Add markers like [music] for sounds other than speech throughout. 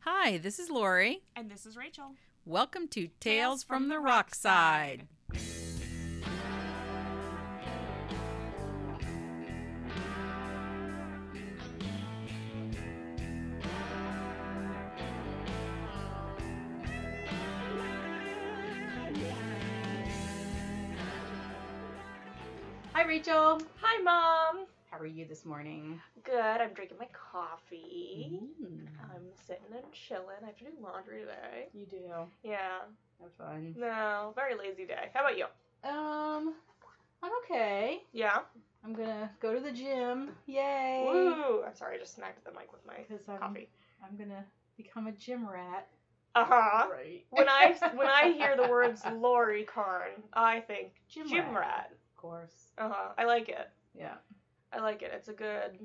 Hi, this is Lori. And this is Rachel. Welcome to Tales, from, the Rock Side. Hi, Rachel. Hi, Mom. How are you this morning? Good. I'm drinking my coffee. Mm, I'm sitting and chilling. I have to do laundry today. you do. Yeah. Have fun. No, very lazy day. How about you? Um, I'm okay. Yeah. I'm gonna go to the gym. Yay! Woo. I'm sorry. I just smacked the mic with my Because I'm coffee. I'm gonna become a gym rat. Uh huh. Right. When [laughs] I when I hear the words Lori Carn, I think gym, gym rat, rat. of course. Uh huh. I like it. Yeah. I like it. It's a good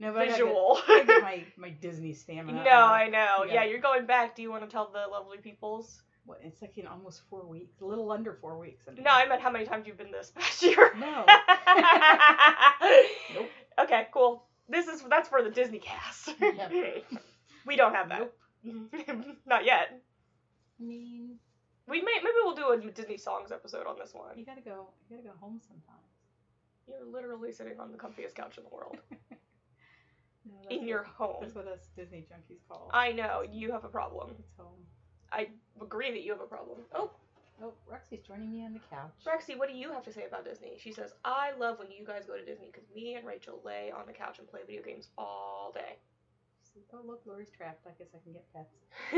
No, but I gotta get- [laughs] visual. [laughs] I gotta get my my Disney stamina. No, up. I know. Yeah. Yeah, you're going back. Do you want to tell the lovely peoples? What, it's like in almost four weeks, a little under four weeks. I mean. No, I meant how many times you've been this [laughs] past year. No. [laughs] Nope. Okay, cool. This is that's for the Disney [laughs] cast. Yep. we don't have that. Nope. [laughs] Not yet. I mean, We may maybe we'll do a Disney songs episode on this you one. gotta go. You gotta go home sometimes. You're literally sitting on the comfiest couch in the world No, that's [laughs] in what- your home. That's what us Disney junkies call. I know you have a problem. It's home. I agree that you have a problem. Oh, Oh, Roxy's joining me on the couch. Rexy, what do you have to say about Disney? She says, "I love when you guys go to Disney because me and Rachel lay on the couch and play video games all [laughs] She's like, oh look, Lori's trapped. I guess I can get pets.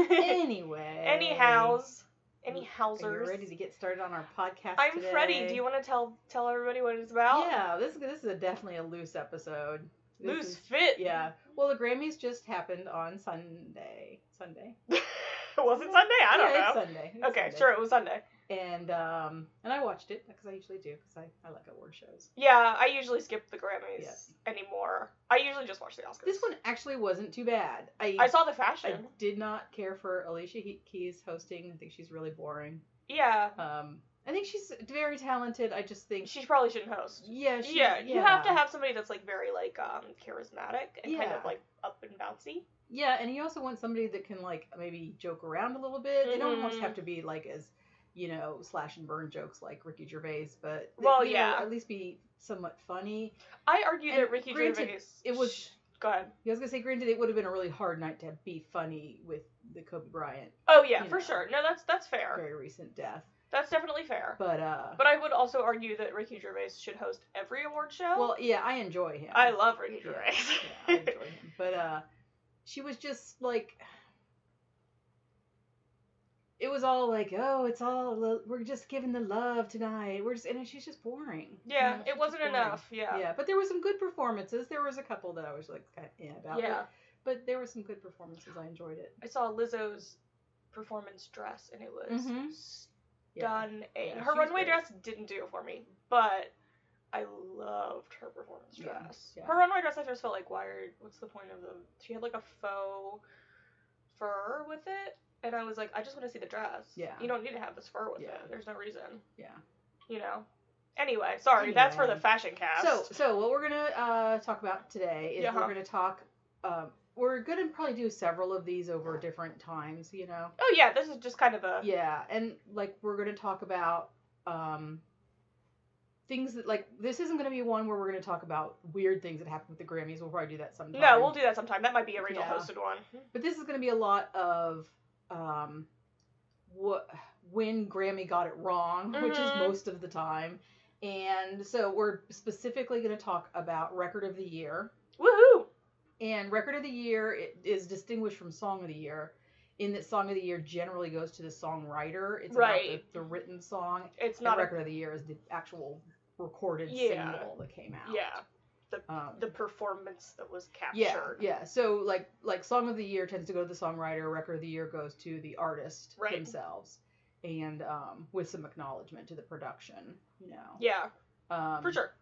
day." Anyway. Anyhows, any Are you housers. ready to get started on our podcast? I'm today? Freddie. Do you want to tell tell everybody what it's about? Yeah, this this is a, definitely a loose episode. This Loose is- fit. yeah. Well, the Grammys just happened on Sunday. Sunday. was it Sunday? I don't yeah, It's know. Sunday. It's okay, Sunday. sure, it was Sunday. And um, and I watched it because I usually do because I I like award shows. Yeah, I usually skip the Grammys Yes. anymore. I usually just watch the Oscars. This one actually wasn't too bad. I I saw the I fashion. did not care for Alicia He- Keys hosting. I think she's really boring. yeah, Um, I think she's very talented. I just think she probably shouldn't host. yeah, she, yeah, you have to have somebody that's like very like um charismatic and kind Yeah. of like up and bouncy. yeah, and you also want somebody that can like maybe joke around a little bit. They don't almost Mhm. have to be like as you know slash and burn jokes like Ricky Gervais, but they- Well, you know, yeah. at least be somewhat funny. I argue And that Ricky granted, Gervais. it was- Shh, go ahead. Yeah, I was gonna say, granted, it would have been a really hard night to be funny with the Kobe Bryant Oh yeah, you for know. sure. No, that's that's fair. very recent death, That's definitely fair. but uh, But I would also argue that Ricky Gervais should host every award show. well, yeah, I enjoy him. I love Ricky Yeah, Gervais. yeah, [laughs] I enjoy him. But uh, she was just like, it was all like, oh, it's all lo- we're just giving the love tonight. We're just and she's just boring. You Yeah, know, she's it just wasn't boring. enough. Yeah. Yeah. but there were some good performances. There was a couple that I was like, kind of, yeah, about. but- Yeah. But, there were some good performances. I enjoyed it. I saw Lizzo's performance dress and it was Mhm. Yeah. stunning. Yeah, she her was runway great. dress didn't do it for me, but I loved her performance Yeah, dress. yeah. Her runway dress I just felt like why are what's the point of the she had like a faux fur with it and I was like I just want to see the dress. Yeah. You don't need to have this fur with Yeah. it. There's no reason. Yeah. You know. Anyway, sorry, that's for the Anyway. fashion cast. So, so what we're gonna uh, talk about today is Yeah. we're gonna talk. Um, we're gonna probably do several of these over different times. You know. Oh yeah, this is just kind of a yeah and like we're going to talk about um things that like this isn't going to be one where we're going to talk about weird things that happened with the grammys we'll probably do that sometime No, we'll do that sometime. That might be a Rachel Yeah. hosted one. but this is going to be a lot of um what when grammy got it wrong which is Mhm. most of the time and so we're specifically going to talk about record of the year Woohoo! and record of the year i- is distinguished from song of the year in that song of the year generally goes to the songwriter it's about Right. the, the written song It's not not a record of the year is the actual recorded Yeah. single that came out. yeah Um, the performance that was yeah, captured. yeah. So like like song of the year tends to go to the songwriter, record of the year goes to the artist Right. themselves, and um, with some acknowledgement to the production, you know. Yeah, Um, oh. for sure.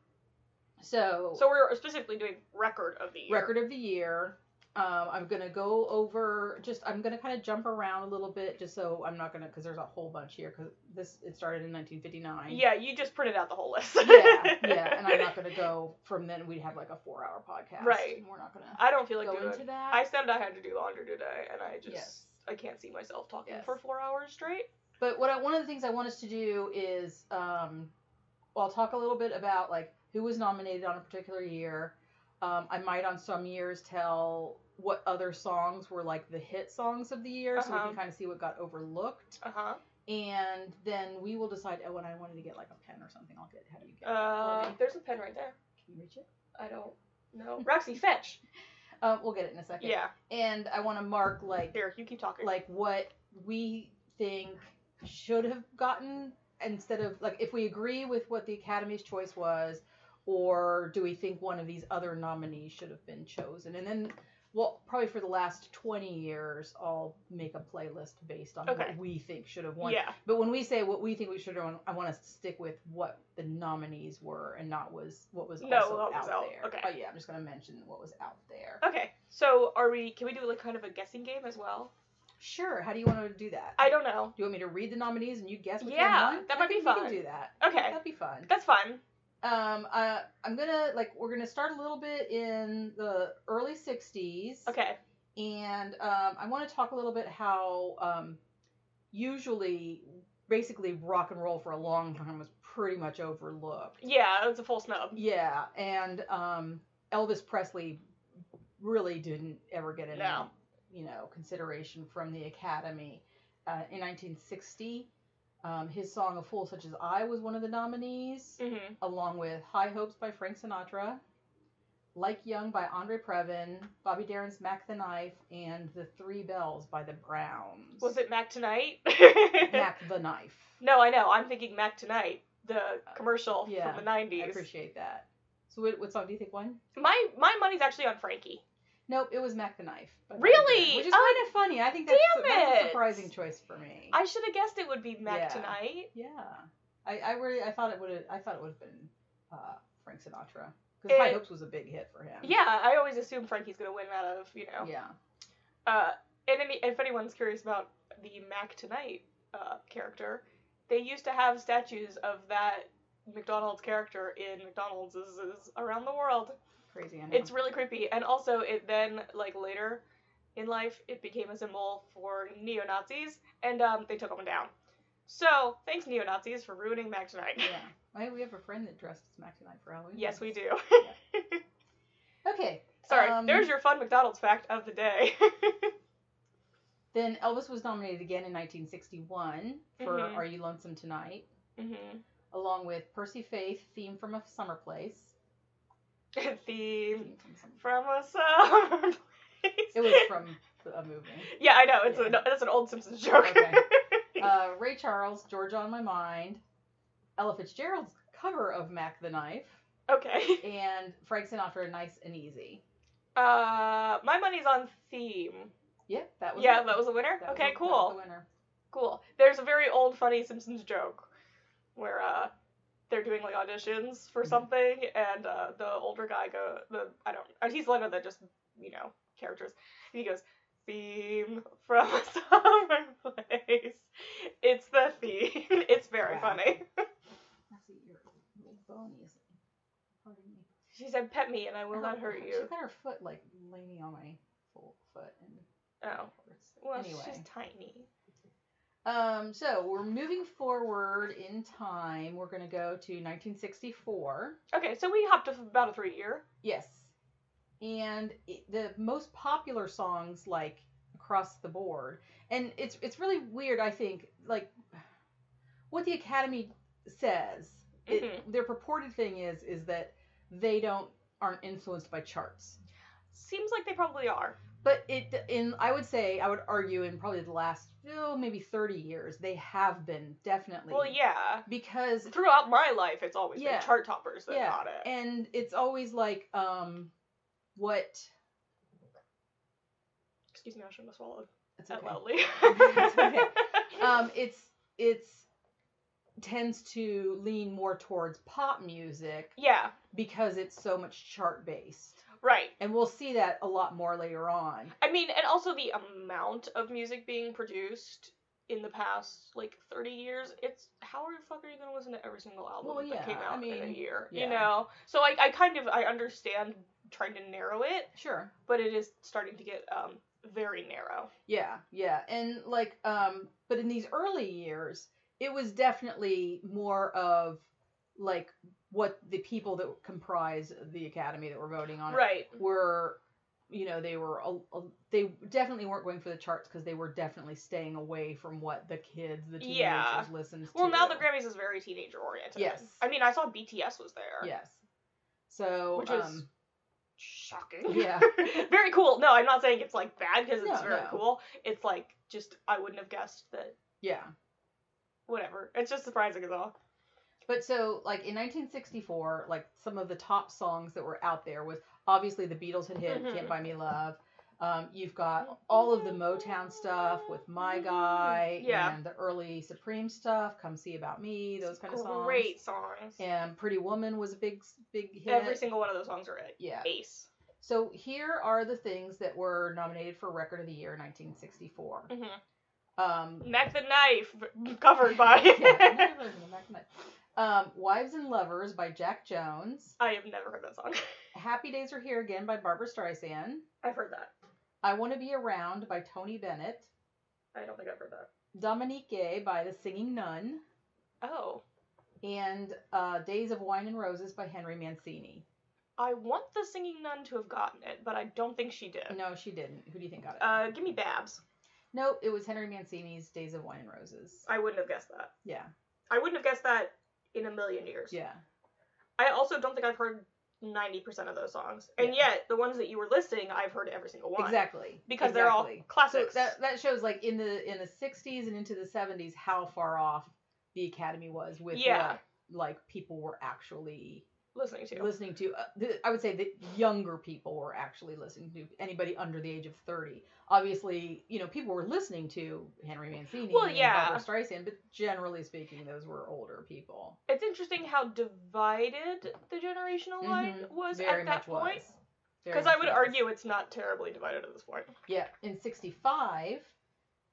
So, So we're specifically doing record of the year. record of the year, Um, I'm gonna go over just I'm gonna kind of jump around a little bit just so I'm not gonna because there's a whole bunch here because this it started in 1959. Yeah, you just printed out the whole list. [laughs] yeah, yeah, and I'm not gonna go from then. We'd have like a four-hour podcast, Right. And we're not gonna I don't feel like go doing into that. I said I had to do laundry today, and I just Yes. I can't see myself talking Yes. for four hours straight. But what I, one of the things I want us to do is, um, I'll talk a little bit about like who was nominated on a particular year. Um, I might on some years tell what other songs were like the hit songs of the year, so we Uh-huh. can kind of see what got overlooked. Uh huh. And then we will decide. Oh, and I wanted to get like a pen or something. I'll get. How do you get? Uh, Lordy? there's a pen right there. Can you reach it? I don't [laughs] know. Roxy, fetch. Uh, we'll get it in a second. Yeah. And I want to mark like Here, you keep talking. like what we think should have gotten instead of like if we agree with what the academy's choice was or do we think one of these other nominees should have been chosen and then well probably for the last 20 years i'll make a playlist based on Okay. what we think should have won yeah. but when we say what we think we should have won i want us to stick with what the nominees were and not was what was No, also what out was out. there Okay. oh yeah i'm just going to mention what was out there Okay. So are we? Can we do like kind of a guessing game as well? sure how do you want to do that I don't know. Do you want me to read the nominees and you guess which Yeah, one won? that I might be think We fun. can do that. Okay. That'd be fun. That's fine. Um, uh, I'm gonna like we're gonna start a little bit in the early '60s. Okay. And um, I want to talk a little bit how um, usually, basically, rock and roll for a long time was pretty much overlooked. Yeah, it's a full snub. Yeah, and um, Elvis Presley really didn't ever get any, No. you know, consideration from the Academy. Uh, in 1960, um, his song "A Fool Such as I" was one of the nominees, Mhm. along with "High Hopes" by Frank Sinatra, "Like Young" by Andre Previn, Bobby Darin's "Mac the Knife," and "The Three Bells" by the Browns. Was it [laughs] Mac Tonight? Mac the Knife? [laughs] No, I know. I'm thinking Mac Tonight, the commercial yeah, from the [laughs] I 90s. appreciate that. So, what, what song do you think won? my my money's actually on Frankie. Nope, it was Mac the Knife. by Bobby Really? Darin, Which is Oh, kind of funny. I think that's, damn that's it. a surprising choice for me. I should have guessed it would be Mac Yeah. Tonight. yeah, I, I really I thought it would I thought it would have been uh, Frank Sinatra because High It- Hopes was a big hit for him. Yeah, I always assume Frankie's gonna win out of you know. yeah. Uh, and any, if anyone's curious about the Mac Tonight uh, character, they used to have statues of that McDonald's character in McDonald's is, is around the world. Crazy. I know. It's really creepy, and also it then like later in life it became a symbol for neo Nazis, and um, they took them down. So thanks neo Nazis for ruining Mac Tonight. yeah. Hey, we have a friend that dressed as Mac tonight for Halloween. yes, we do. [laughs] Okay, Sorry, Um, there's your fun McDonald's fact of the day. [laughs] then Elvis was nominated again in 1961 for Mhm. "Are You Lonesome Tonight," mm-hmm. along with Percy Faith "Theme from a Summer Place." the Theme from some- from a summer [laughs] place. It was from a movie. Yeah, I know. It's Yeah. a, no, that's an old Simpsons joke. Okay. [laughs] uh, Ray Charles, Georgia on My Mind, Ella Fitzgerald's cover of Mac the Knife, [laughs] okay. and Frank Sinatra, Nice and Easy. Uh, my money's on theme. Yeah, that was yeah, it. that was a winner. That was okay, it. That was cool, the winner. cool. There's a very old, funny Simpsons joke where uh, they're doing like auditions for Mhm. something, and uh, the older guy go, the I don't, uh, he's one of the just you know characters. He goes theme from a [laughs] summer place. It's the theme. [laughs] It's very Wow. funny. I see your little bony is- Pardon me. She said, "Pet me, and I will Oh, not hurt She you." got her foot like laying on my full foot and. Oh, well, anyway. she's tiny. Um, so we're moving forward in time. We're gonna go to 1964. Okay, so we hopped off about a three year. Yes. And it, the most popular songs like across the board. And it's it's really weird I think like what the academy says. It, Mm-hmm. Their purported thing is is that they don't aren't influenced by charts. Seems like they probably are. But it in I would say I would argue in probably the last oh, maybe 30 years they have been definitely Well, yeah. because Throughout my life, it's always Yeah. been chart toppers that Yeah. got it. and it's always like um what Excuse me, I shouldn't have swallowed it's that okay. loudly. [laughs] [laughs] It's okay. um, it's it's tends to lean more towards pop music yeah. because it's so much chart based. Right. And we'll see that a lot more later on. I mean, and also the amount of music being produced in the past like 30 years, it's how are you fuck are you gonna listen to every single album Well, that came yeah, I out in mean, a year? yeah. You know, so I, I kind of I understand trying to narrow it, Sure. but it is starting to get um very narrow. Yeah, yeah. And like um but in these early years, it was definitely more of like what the people that comprise the academy that were voting on it Right. were you know they were a, a, they definitely weren't going for the charts because they were definitely staying away from what the kids the teenagers Yeah. listened Well, to now the Grammys is very teenager oriented. Yes. I mean, I saw BTS was there. yes so Which is- um Shocking. yeah [laughs] very cool. No, I'm not saying it's like bad because it's No, very no. cool. It's like just I wouldn't have guessed that. yeah Whatever. It's just surprising as all. But so, like in 1964, like some of the top songs that were out there was obviously the Beatles had hit Mhm. "Can't Buy Me Love." Um, you've Mm-hmm. got all of the Motown stuff with "My Guy" Yeah. and the early Supreme stuff, "Come See About Me," those kind of songs. Great songs. And "Pretty Woman" was a big, big hit. Every single one of those songs are a- yeah. ace. So here are the things that were nominated for Record of the Year in 1964. hmm Um, Neck the knife b- covered [laughs] by. [laughs] yeah, I'm not really gonna back [laughs] my- um, "Wives and Lovers" by Jack Jones. I have never heard that song. Happy Days Are Here Again by Barbara Streisand. I've heard that. I Want to Be Around by Tony Bennett. I don't think I've heard that. Dominique by The Singing Nun. Oh, And uh, Days of Wine and Roses by Henry Mancini. I want the singing nun to have gotten it, but I don't think she did. No, she didn't. Who do you think got it? Uh, give me Babs. no, it was Henry Mancini's Days of Wine and Roses. I wouldn't have guessed that. Yeah, I wouldn't have guessed that in a million years. yeah. I also don't think I've heard 90% of those songs. And Yeah. yet, the ones that you were listing, I've heard every single one. Exactly. Because they're all Exactly. So classics. that, that shows like in the in the 60s and into the 70s how far off the Academy was with Yeah. what like people were actually listening to. listening to uh, the, i would say that younger people were actually listening to anybody under the age of 30 obviously you know people were listening to henry mancini Well, yeah. and barbara streisand but generally speaking those were older people it's interesting how divided the generational line Mhm. was very at much that point. was Very Because I much would was. argue it's not terribly divided at this point. yeah in 65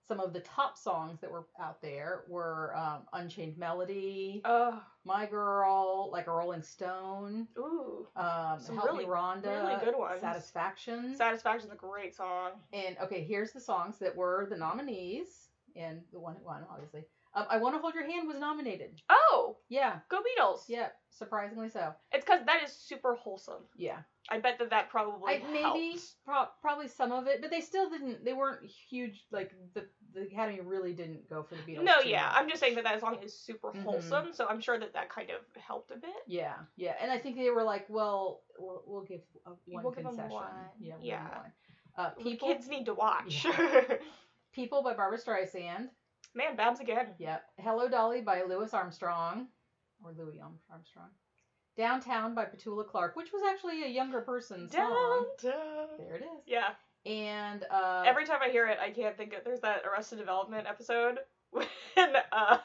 some of the top songs that were out there were um, unchained melody Oh, my girl like a rolling stone ooh. um, Some Help really- Me Rhonda, really good ones. Satisfaction. Satisfaction's a great song. And okay, here's the songs that were the nominees, and the one that won, obviously. Um, I Want to Hold Your Hand was nominated. Oh, Yeah, go Beatles. yeah, surprisingly so. It's because that is super wholesome. Yeah, I bet that that probably I, maybe helped. pro- probably some of it, but they still didn't. They weren't huge. Like the the Academy really didn't go for the Beatles. No, too yeah. I'm much. just saying that that song is super Mhm. wholesome, so I'm sure that that kind of helped a bit. Yeah, yeah, and I think they were like, well, we'll, we'll give uh, one We'll give 'em concession. one, Yeah, we'll give 'em yeah. one. Uh, The people, kids need to watch. people by Barbara Streisand. [laughs] Mm-hmm. Man, Babs again. Yep. Hello Dolly by Louis Armstrong, or Louis Arm- Armstrong. Downtown by Petula Clark, which was actually a younger person's song. Downtown. There it is. Yeah. And uh, Every time I hear it, I can't think of. There's that Arrested Development episode [laughs] when uh,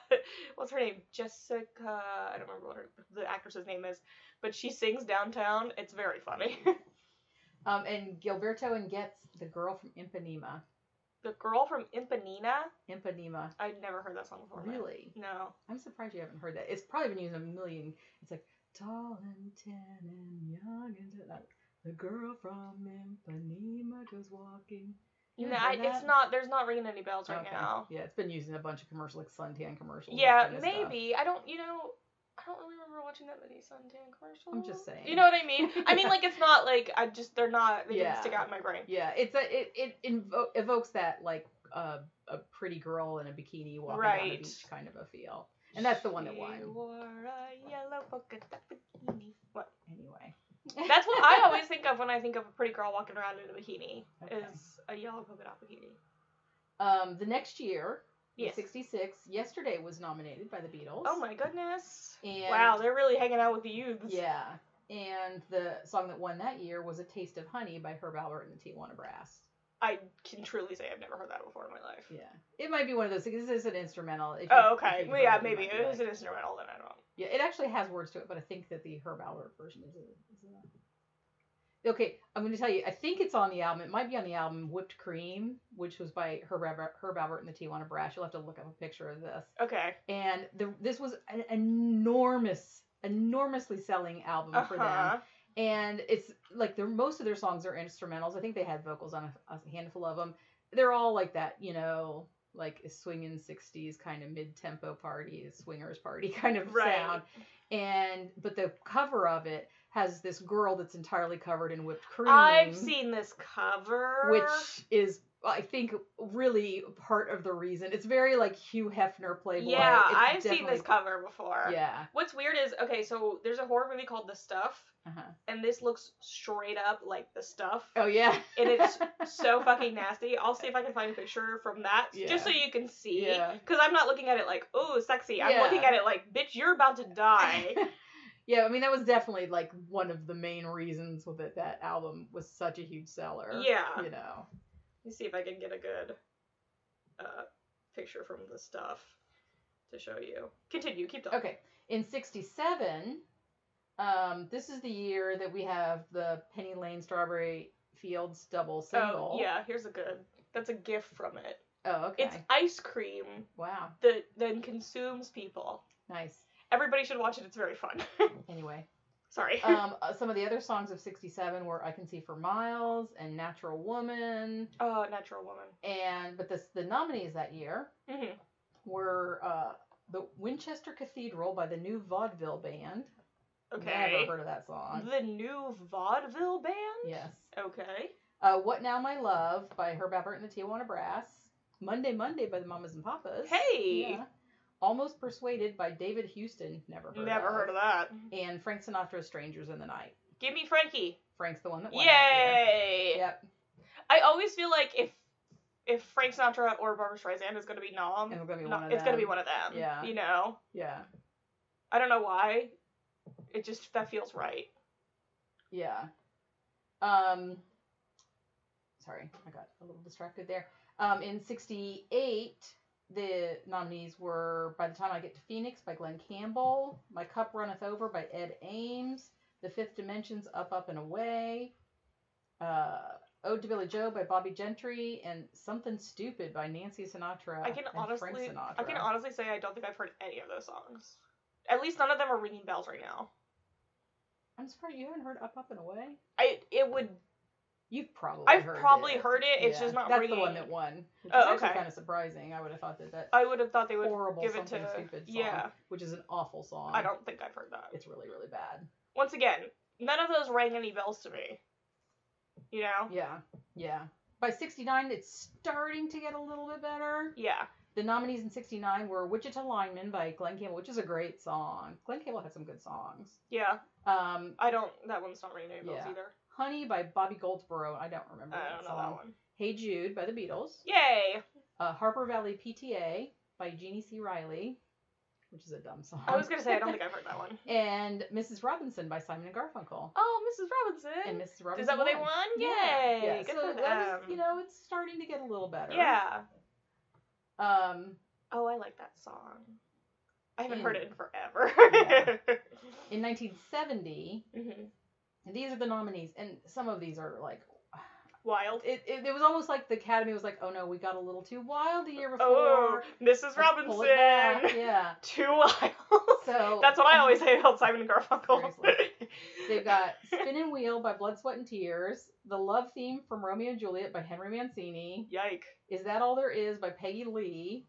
what's her name? Jessica. I don't remember what her, the actress's name is, but she sings Downtown. It's very funny. [laughs] um, and Gilberto and Getz, the girl from Ipanema. the girl from Impanina. Ipanema. I'd never heard that song before. man. Really? No. I'm surprised you haven't heard that. It's probably been used a million. It's like tall and tan and young and that- the girl from Ipanema goes walking. You No, haven't I, heard it's that? not. There's not ringing any bells right Okay. now. Yeah, it's been used in a bunch of commercials, like suntan commercials. that Yeah, kind of stuff. maybe. I don't. You know. I don't really remember watching that many suntan commercials. I'm just saying. You know what I mean? I mean, Yeah. like it's not like I just they're not they Yeah. didn't stick out in my brain. Yeah, it's a it it invo- evokes that like uh, a pretty girl in a bikini walking down the Right. beach kind of a feel. And that's the one that She won. wore a yellow polka dot bikini. What? Anyway, That's what I always think of when I think of a pretty girl walking around in a bikini. Okay. Is a yellow polka dot bikini. um, the next year, in Yes. '66, yesterday was nominated by the Beatles. Oh my goodness. And, Wow, they're really hanging out with the youths. Yeah, and the song that won that year was "A Taste of Honey" by Herb Albert and the Tijuana Brass. I can truly say I've never heard that before in my life. Yeah, it might be one of those things. This is an instrumental. if you- Oh, if okay. you've Well, heard yeah, it, you maybe might be it was like- an instrumental, then I don't. Yeah, it actually has words to it, but I think that the Herb Albert version is. A, is a, Okay, I'm going to tell you. I think it's on the album. It might be on the album Whipped Cream, which was by Herb, Ever- Herb Albert and the Tijuana Brass. You'll have to look up a picture of this. Okay. And the, this was an enormous, enormously selling album for them. Uh-huh. And it's like their most of their songs are instrumentals. I think they had vocals on a, a handful of them. They're all like that, you know, like a swinging '60s kind of mid-tempo party, a swingers party [laughs] kind of Right. sound. And but the cover of it has this girl that's entirely covered in whipped cream I've seen this cover. which is I think really part of the reason. It's very like Hugh Hefner Playboy. yeah, It's I've seen definitely- this cover before. Yeah. What's weird is okay, so there's a horror movie called The Stuff, Uh-huh. and this looks straight up like The Stuff, Oh yeah. [laughs] and it's so fucking nasty. I'll see if I can find a picture from that, Yeah. just so you can see. Yeah. Because I'm not looking at it like, oh, sexy. I'm Yeah. looking at it like, bitch, you're about to [laughs] die. yeah, I mean that was definitely like one of the main reasons that that album was such a huge seller. Yeah. You know. Let me see if I can get a good uh, picture from the stuff to show you. Continue. Keep talking. Okay. In 67, um, this is the year that we have the Penny Lane Strawberry Fields double single. Oh yeah, here's a good. That's a gift from it. Oh, okay. It's ice cream Wow. that then consumes people. Nice. Everybody should watch it. It's very fun. [laughs] Anyway. Sorry. [laughs] um, [laughs] uh, some of the other songs of 67 were I Can See for Miles and Natural Woman. oh, Natural Woman. And but this, the nominees that year hmm were uh, the Winchester Cathedral by the New Vaudeville Band. Okay. Never heard of that song. The new vaudeville band. Yes. Okay. Uh, what Now My Love by Herb Alpert and the Tijuana Brass. Monday Monday by the Mamas and Papas. Hey. Yeah. Almost Persuaded by David Houston. Never heard Never of. Mm-hmm. heard of that. And Frank Sinatra's Strangers in the Night. Give me Frankie. Frank's the one that won that Yay! year. Yep. I always feel like if if Frank Sinatra or Barbara Streisand is gonna be nom, And it's gonna be no- one of it's gonna be them. one of them. Yeah. You know, Yeah. I don't know why. It just that feels right. Yeah. Um sorry, I got a little distracted there. Um in 68, the nominees were By the Time I Get to Phoenix by Glenn Campbell, My Cup Runneth Over by Ed Ames, The Fifth Dimensions Up Up and Away, uh Ode to Billy Joe by Bobby Gentry and Something Stupid by Nancy Sinatra. I can and honestly, Frank Sinatra. I can honestly say I don't think I've heard any of those songs. At least none of them are ringing bells right now. I'm surprised you haven't heard Up Up and Away. I it would You've probably I've heard probably it. heard it. It's Yeah, just not That's ringing. the one that won. Which Oh, is actually okay. kind of surprising. I would have thought that that I would have thought they would horrible give it something to stupid song, yeah. which is an awful song. I don't think I've heard that. It's really really bad. Once again, none of those rang any bells to me. You know? Yeah, yeah. By '69, it's starting to get a little bit better. Yeah. The nominees in '69 were "Wichita Lineman" by Glenn Campbell, which is a great song. Glenn Campbell had some good songs. Yeah. Um, I don't. That one's not ringing any bells Yeah. either. "Honey" by Bobby Goldsboro. I don't remember I that don't know song. that one. "Hey Jude" by the Beatles. Yay! Uh, "Harper Valley PTA" by Jeannie C. Riley, which is a dumb song. I was gonna say [laughs] I don't think I've heard that one. and "Mrs. Robinson" by Simon and Garfunkel. Oh, Mrs. And Robinson. Mrs. Robinson. Is that what they won. won? Yeah, Yay! yeah. Good so for that was, them. you know, it's starting to get a little better. Yeah. Um, Oh, I like that song. I haven't Yeah. heard it in forever. [laughs] [laughs] in 1970, hmm these are the nominees, and some of these are like, Wild. it, it, it was almost like the Academy was like, oh no, we got a little too wild the year before. Oh, Let's Mrs. pull it back." [laughs] Robinson. Yeah. Two wild. So [laughs] That's what I always say about Simon and Garfunkel. Seriously. [laughs] They've got Spin and Wheel by Blood, Sweat, and Tears, The Love Theme from Romeo and Juliet by Henry Mancini, [laughs] Yike. Is That All There Is by Peggy Lee,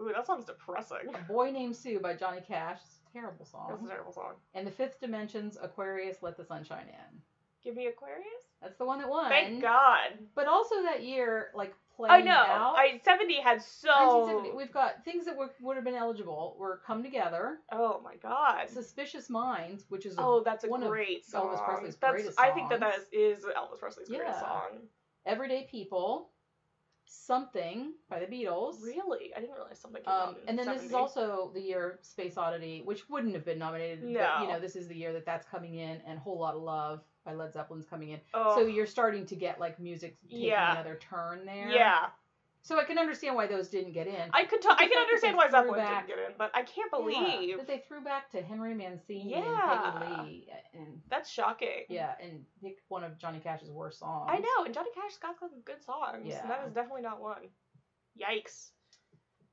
Ooh, that sounds depressing. A Boy Named Sue by Johnny Cash. It's a terrible song. That's a terrible song. And the fifth dimension's Aquarius, let the sunshine in. Give me Aquarius. That's the one that won. Thank God. But also that year, like playing I know. out. I seventy had so. 1970, We've got things that were, would have been eligible were Come Together, Oh my God. Suspicious Minds, which is a- Oh, that's a one of great song. Elvis Presley's that's, greatest I think that that songs. is, is Elvis Presley's Yeah. greatest song. Everyday People, Something by the Beatles. Oh, Really, I didn't realize something. Came Um, out in and then this is 70. also the year of Space Oddity, which wouldn't have been nominated, but No. you know this is the year that that's coming in, and Whole Lot of Love by Led Zeppelin's coming in. Oh, So you're starting to get like music taking Yeah. another turn there. yeah. So I can understand why those didn't get in. I could. T- I fact can that understand they why threw Zeppelin back- didn't get in, but I can't Yeah, believe that they threw back to Henry Mancini and Yeah. Peggy Lee and that's shocking. yeah, and picked one of Johnny Cash's worst songs. I know, and Johnny Cash's got some good songs, Yeah. and that is definitely not one. Yikes.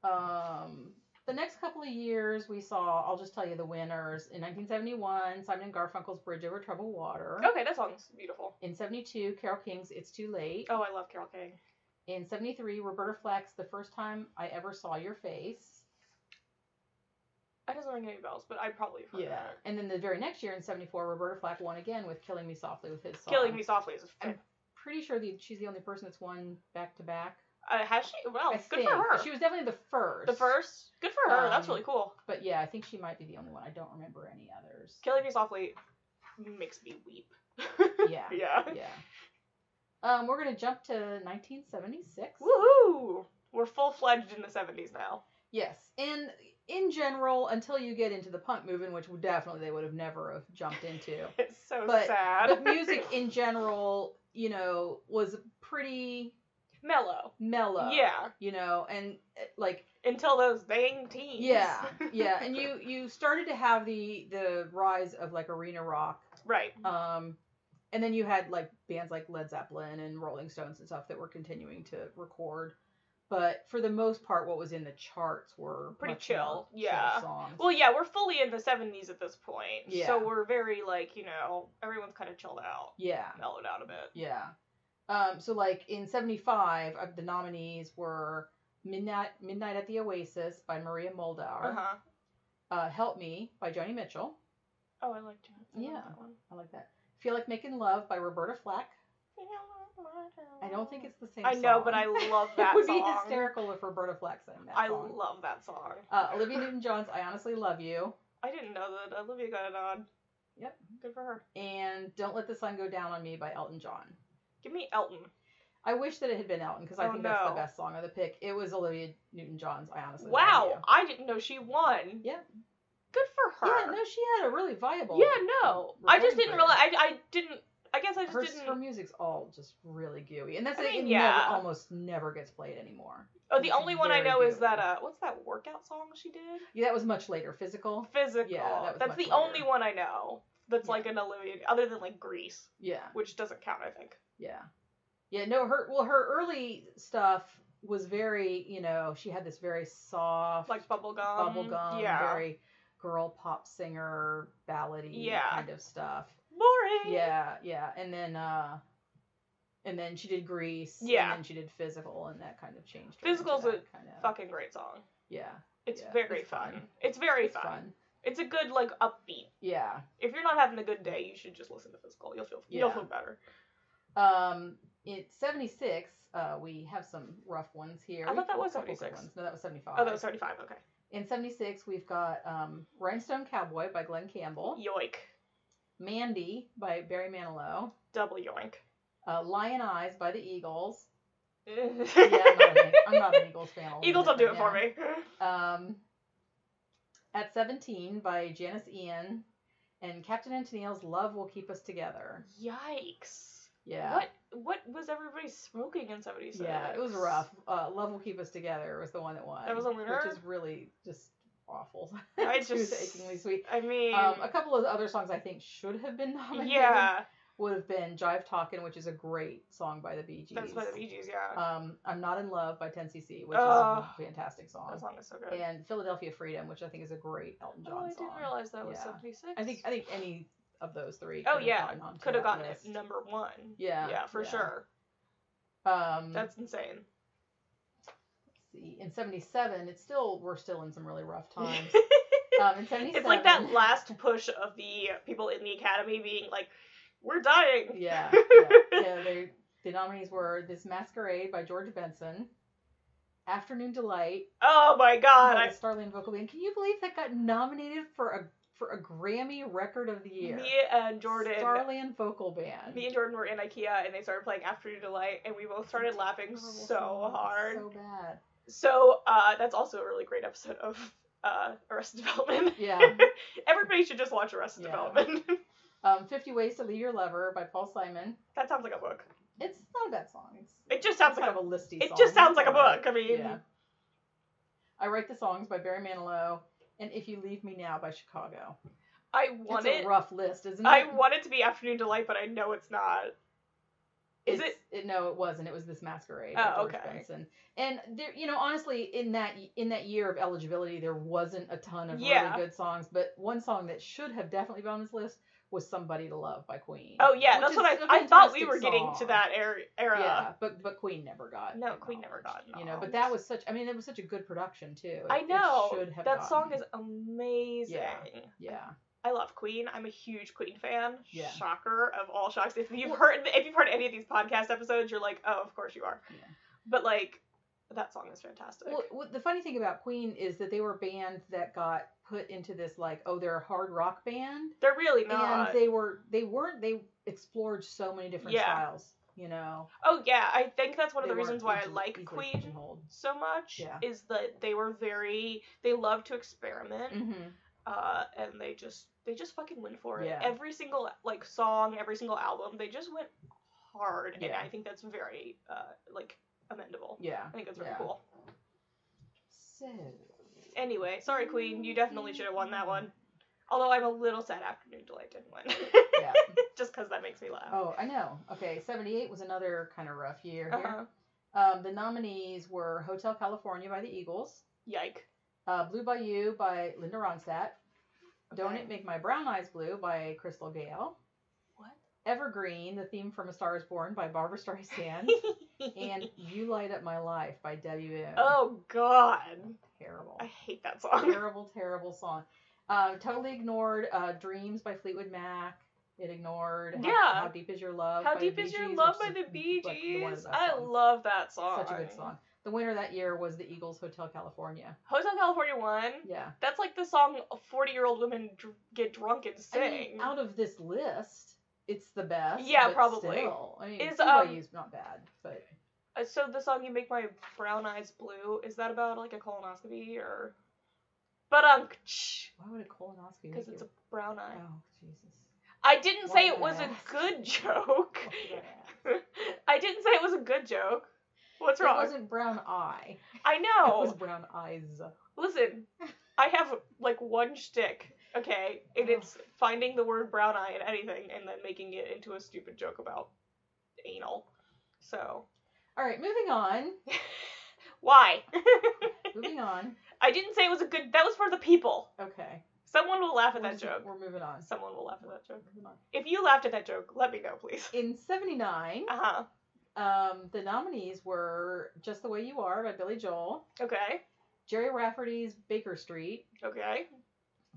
Um, the next couple of years, we saw. I'll just tell you the winners. In 1971, Simon and Garfunkel's "Bridge Over Troubled Water." Okay, that song's beautiful. In 72, Carol King's "It's Too Late." Oh, I love Carol King. In 73, Roberta Flack's "The First Time I Ever Saw Your Face." That doesn't ring any bells, but I probably have heard Yeah. of it. And then the very next year, in 74, Roberta Flack won again with "Killing Me Softly" with his song. Killing Me Softly is a fan. I'm pretty sure the, she's the only person that's won back to back. Uh, has she? Well, I good think. for her. She was definitely the first. the first? Good for her. That's Um, really cool. But yeah, I think she might be the only one. I don't remember any others. Killing Me Softly makes me weep. Yeah. yeah. [laughs] yeah. Um, we're gonna jump to 1976. Woohoo! We're full fledged in the 70s now. Yes, and in general, until you get into the punk movement, which definitely they would have never have jumped [laughs] into. It's so But sad. but music in general, you know, was pretty [laughs] Mellow. mellow. Yeah. You know, and uh, like Until those dang teens. yeah, yeah, and [laughs] you you started to have the the rise of like arena rock right. Um, and then you had like bands like Led Zeppelin and Rolling Stones and stuff that were continuing to record. But for the most part, what was in the charts were Pretty much more chill, yeah. songs. Well, yeah, we're fully in the 70s at this point. Yeah. So we're very, like, you know, everyone's kind of chilled out, yeah, mellowed out a bit. yeah. Um, so like in '75, uh, the nominees were Midnight Midnight at the Oasis by Maria Muldaur, Uh huh. uh, Help Me by Joni Mitchell. Oh, I liked it. I liked Yeah. that one. I like that. Feel Like Making Love by Roberta Flack. I don't think it's the same. I know, but I song. [laughs] love that it would song. be hysterical if Roberta Flack sang that I song. love that song. Uh, Olivia Newton-John's "I Honestly Love You" I didn't know that Olivia got it on. Yep. Good for her. and "Don't Let the Sun Go Down on Me" by Elton John. Give me Elton. I wish that it had been Elton because I Oh, think that's no. the best song of the pick. It was Olivia Newton-John's "I Honestly Love Wow, You." I didn't know she won. Yeah. Good for her. Yeah, no, she had a really viable. Yeah, no. I just recording didn't career. realize. I, I didn't. I guess I just Her, didn't. her music's all just really gooey, and that's I it. mean, it yeah. never, almost never gets played anymore. Oh, the it's only one I very know is good. that uh, what's that workout song she did? Yeah, that was much later. Physical. Physical. Yeah, that was that's much the later. only one I know that's Yeah. like an Olivia, other than like Grease, Yeah, which doesn't count, I think. yeah, yeah. No, her well, her early stuff was very, you know, she had this very soft, Like bubblegum. bubblegum, Yeah. very girl pop singer, ballady Yeah. kind of stuff. Boring. Yeah, yeah. And then uh and then she did Grease. Yeah. And then she did physical and that kind of changed her. Physical's into a that kind of Fucking great song. Yeah. It's Yeah, very it's fun. fun. It's very It's fun. fun. It's a good like upbeat. Yeah. If you're not having a good day, you should just listen to Physical. You'll feel you'll Yeah. feel better. Um in seventy six, uh we have some rough ones here. I We- thought that well, was a couple good 76. ones. No, that was seventy five. Oh, that was 35. Okay. In seventy six we've got um Rhinestone Cowboy by Glenn Campbell, Yoink. Mandy by Barry Manilow, Double yoink. uh, Lion Eyes by the [laughs] Eagles. yeah, I'm not, yeah, an, I'm not an Eagles fan. I'll [laughs] Eagles admit don't do that it for now. me. Um, At 17 by Janice Ian and Captain Antonio's Love Will Keep Us Together. Yikes. Yeah. What what was everybody smoking in 76? Yeah, it was rough. Uh, Love Will Keep Us Together was the one that won. That was a winner? Which is really just awful. [laughs] [laughs] I It's just- achingly sweet. I mean, Um, a couple of other songs I think should have been nominated yeah, would have been Jive Talkin', which is a great song by the Bee Gees. that's by the Bee Gees, yeah. Um, I'm Not in Love by 10cc, which Oh. is a fantastic song. that song is so good. And Philadelphia Freedom, which I think is a great Elton John oh, I song. didn't realize that was Yeah. 76. I think I think any of those three. oh could've yeah, gotten onto could have that gotten it list. number one. Yeah, yeah, for yeah. sure. Um, That's insane. let's see. In '77, it's still we're still in some really [laughs] rough times. it's Um, in '77, like that last push of the people in the academy being like, "We're [laughs] dying." [laughs] yeah, yeah, yeah. They, the nominees were "This Masquerade" by George Benson, "Afternoon Delight" Oh my by god, the I Starling Vocal Band. Can you believe that got nominated for a for a Grammy Record of the Year? me and Jordan. Starland Vocal Band. Me and Jordan were in IKEA and they started playing Afternoon Delight and we both started laughing Horrible so song, hard. So bad. So uh, that's also a really great episode of uh, Arrested Development. [laughs] Yeah. Everybody should just watch Arrested Yeah. Development. [laughs] Um, 50 Ways to Leave Your Lover by Paul Simon. that sounds like a book. It's not not a bad song. It's, It just sounds it's like kind of a listy it song. just sounds like a Alright. book. I mean, Yeah. I write the songs by Barry Manilow and If You Leave Me Now by Chicago. I want it's it. a rough list, isn't it? I want it to be Afternoon Delight, but I know it's not. Is It's- it? No, it wasn't. It was this masquerade. Oh, by George okay. Benson. And there, you know, honestly, in that in that year of eligibility, there wasn't a ton of Yeah. really good songs. But one song that should have definitely been on this list was "Somebody to Love" by Queen. Oh yeah, which that's is what I. a I thought we fantastic were getting to song. that era. era. Yeah, but but Queen never got. No, Queen never got acknowledged, You know, acknowledged. but that was such. I mean, it was such a good production too. It- I it know should have that song gotten- is amazing. Yeah. I love Queen. I'm a huge Queen fan. Yeah. Shocker of all shocks. If you've Well- heard if you've heard any of these podcast episodes, you're like, oh, of course you are. Yeah. But like, that song is fantastic. Well, what- the funny thing about Queen is that they were a band that got put into this like, oh, they're a hard rock band, They're really not. and they were they weren't they explored so many different Yeah. styles. You know, oh yeah, I think that's one of They the reasons weren't why I easily- like easily Queen pigeonholed. so much Yeah. is that they were very they love to experiment. Mhm. uh, and they just they just fucking went for it. Yeah. Every single like song, every single album, they just went hard, and Yeah. I think that's very uh, like amendable. Yeah. I think that's really Yeah. cool. So. Anyway, sorry Queen, you definitely should have won that one. Although I'm a little sad Afternoon Delight didn't win, [laughs] [laughs] Yeah. just because that makes me laugh. Oh, I know. Okay, '78 was another kind of rough year. Here. uh-huh. Um, the nominees were "Hotel California" by the Eagles, Yike. uh, "Blue Bayou" by Linda Ronstadt, "Don't Okay. It Make My Brown Eyes Blue" by Crystal Gale, What? "Evergreen," the theme from *A Star Is Born* by Barbara [laughs] Streisand, and "You Light Up My Life" by W.M. oh God, terrible, I [laughs] hate that song. terrible, terrible song. Um, totally ignored uh, "Dreams" by Fleetwood Mac. It ignored How- Yeah. How, Deep Is Your Love." How by the deep is Bee your Gees, love which by is, the Bee like, one of Gees? the best I songs. love that song. Such a good song. The winner that year was the Eagles Hotel California. Hotel California one. Yeah. That's like the song 40 year old women dr- get drunk and sing. I mean, out of this list, it's the best. Yeah, but probably. Still, I mean, Is, is, um, not bad, but Uh, so the song "You Make My Brown Eyes Blue" is that about like a colonoscopy or? But um, why would a colonoscopy? because make it's a you- brown eye. oh Jesus. I didn't say Why it was a not? good [laughs] joke. What did I ask? I didn't say it was a good joke. What's It wrong? wasn't brown eye. I It know. was brown eyes. Listen, I have like one shtick, okay, and Oh. it's finding the word brown eye in anything and then making it into a stupid joke about anal. So All right, moving on. why? Moving on. I didn't say it was a good. That was for the people. Okay. Someone will laugh we're at [laughs] that just- joke. We're moving on. Someone will laugh at that joke. Moving on. If you laughed at that joke, let me know, please. In '79, Uh huh. um, the nominees were "Just the Way You Are" by Billy Joel, Okay. Jerry Rafferty's "Baker Street," Okay.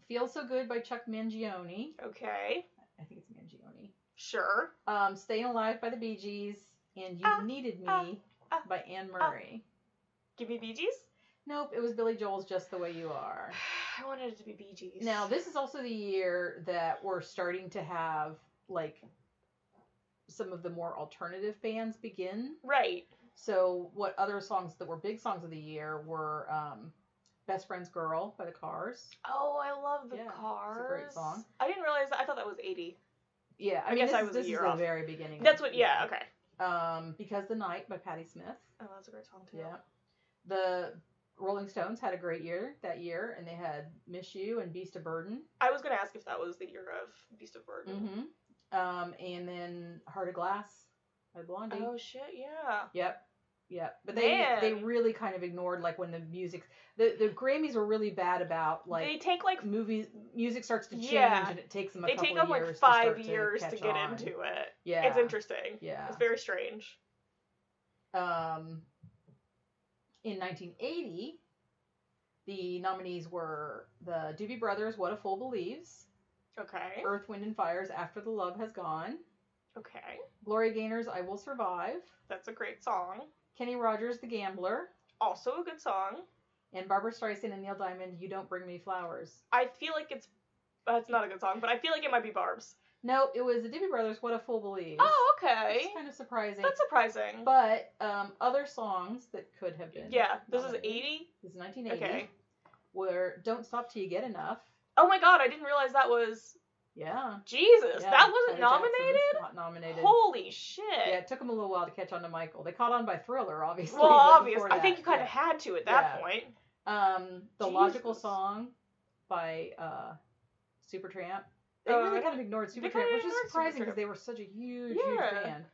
"Feel So Good" by Chuck Mangione. Okay. I think it's Mangione. Sure. Um, Staying Alive by the Bee Gees and You Ah, Needed Me ah, ah, by Anne Murray. Give me Bee Gees. nope, it was Billy Joel's Just the Way You Are. [sighs] I wanted it to be Bee Gees. Now, this is also the year that we're starting to have like some of the more alternative bands begin. Right. So, what other songs that were big songs of the year were um, Best Friend's Girl by the Cars. Oh, I love the Yeah, it's cars. a great song. I didn't realize. I thought that was eighty. Yeah, I, I mean, guess this, I is- was a this is year the off. very beginning. That's what. Yeah. Okay. Um, because the Night by Patti Smith. Oh, that's a great song too. Yeah. The Rolling Stones had a great year that year, and they had Miss You and Beast of Burden. I was gonna ask if that was the year of Beast of Burden. Mm-hmm. Um, and then Heart of Glass by Blondie. Oh shit. Yeah. Yep. Yep. But they they Man. really kind of ignored like when the music the, the Grammys were really bad about like they take like movies music starts to change Yeah. and it takes them a they couple take of them like years five to start years to, to, catch get on. into it. Yeah. It's interesting. Yeah. It's very strange. Um, in 1980, the nominees were the Doobie Brothers, What a Fool Believes, Okay. Earth, Wind, and Fire's After the Love Has Gone, Okay. Gloria Gaynor's I Will Survive, That's a great song. Kenny Rogers, The Gambler, Also a good song. and Barbara Streisand and Neil Diamond, You Don't Bring Me Flowers. I feel like it's that's not a good song, but I feel like it might be Barb's. No, it was the Doobie Brothers, What a Fool Believes. Oh, okay. It's kind of surprising. That's surprising. But um, other songs that could have been. yeah, this is nominated. 80. This is 1980. Okay. Where Don't Stop Till You Get Enough. Oh my god, I didn't realize that was Yeah. Jesus, yeah, that wasn't Peter Jackson's nominated? Not nominated. Holy shit. yeah, it took them a little while to catch on to Michael. They caught on by Thriller, obviously. well, but obvious. before I think that, you kind yeah. of had to at that Yeah. point. Um, the logical Jesus. song by uh, Supertramp. They Oh, really yeah. kind of ignored They kinda Supertramp, which is ignored surprising because Supertramp. they were such a huge, Yeah. huge band.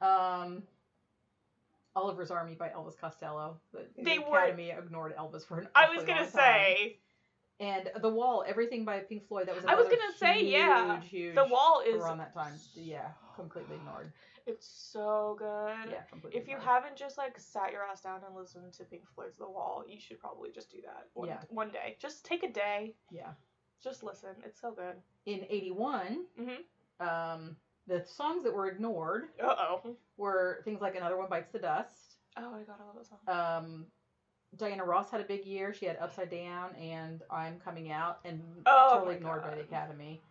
Um, Oliver's Army by Elvis Costello. The, the They were- Academy ignored Elvis for an. I was awfully gonna long time. say And The Wall, everything by Pink Floyd. That was. I was another gonna say, yeah, Huge, huge the wall is around that time. Yeah, completely ignored. it's so good. Yeah, completely. If you ignored. haven't just like sat your ass down and listened to Pink Floyd's The Wall, you should probably just do that one, Yeah. one day. Just take a day, Yeah. just listen. It's so good. In '81, Mhm. um, the songs that were ignored Uh oh. were things like Another One Bites the Dust. Oh my god, I love that song. Um, Diana Ross had a big year. She had Upside Down and I'm Coming Out, and Oh totally my ignored by God. the Academy.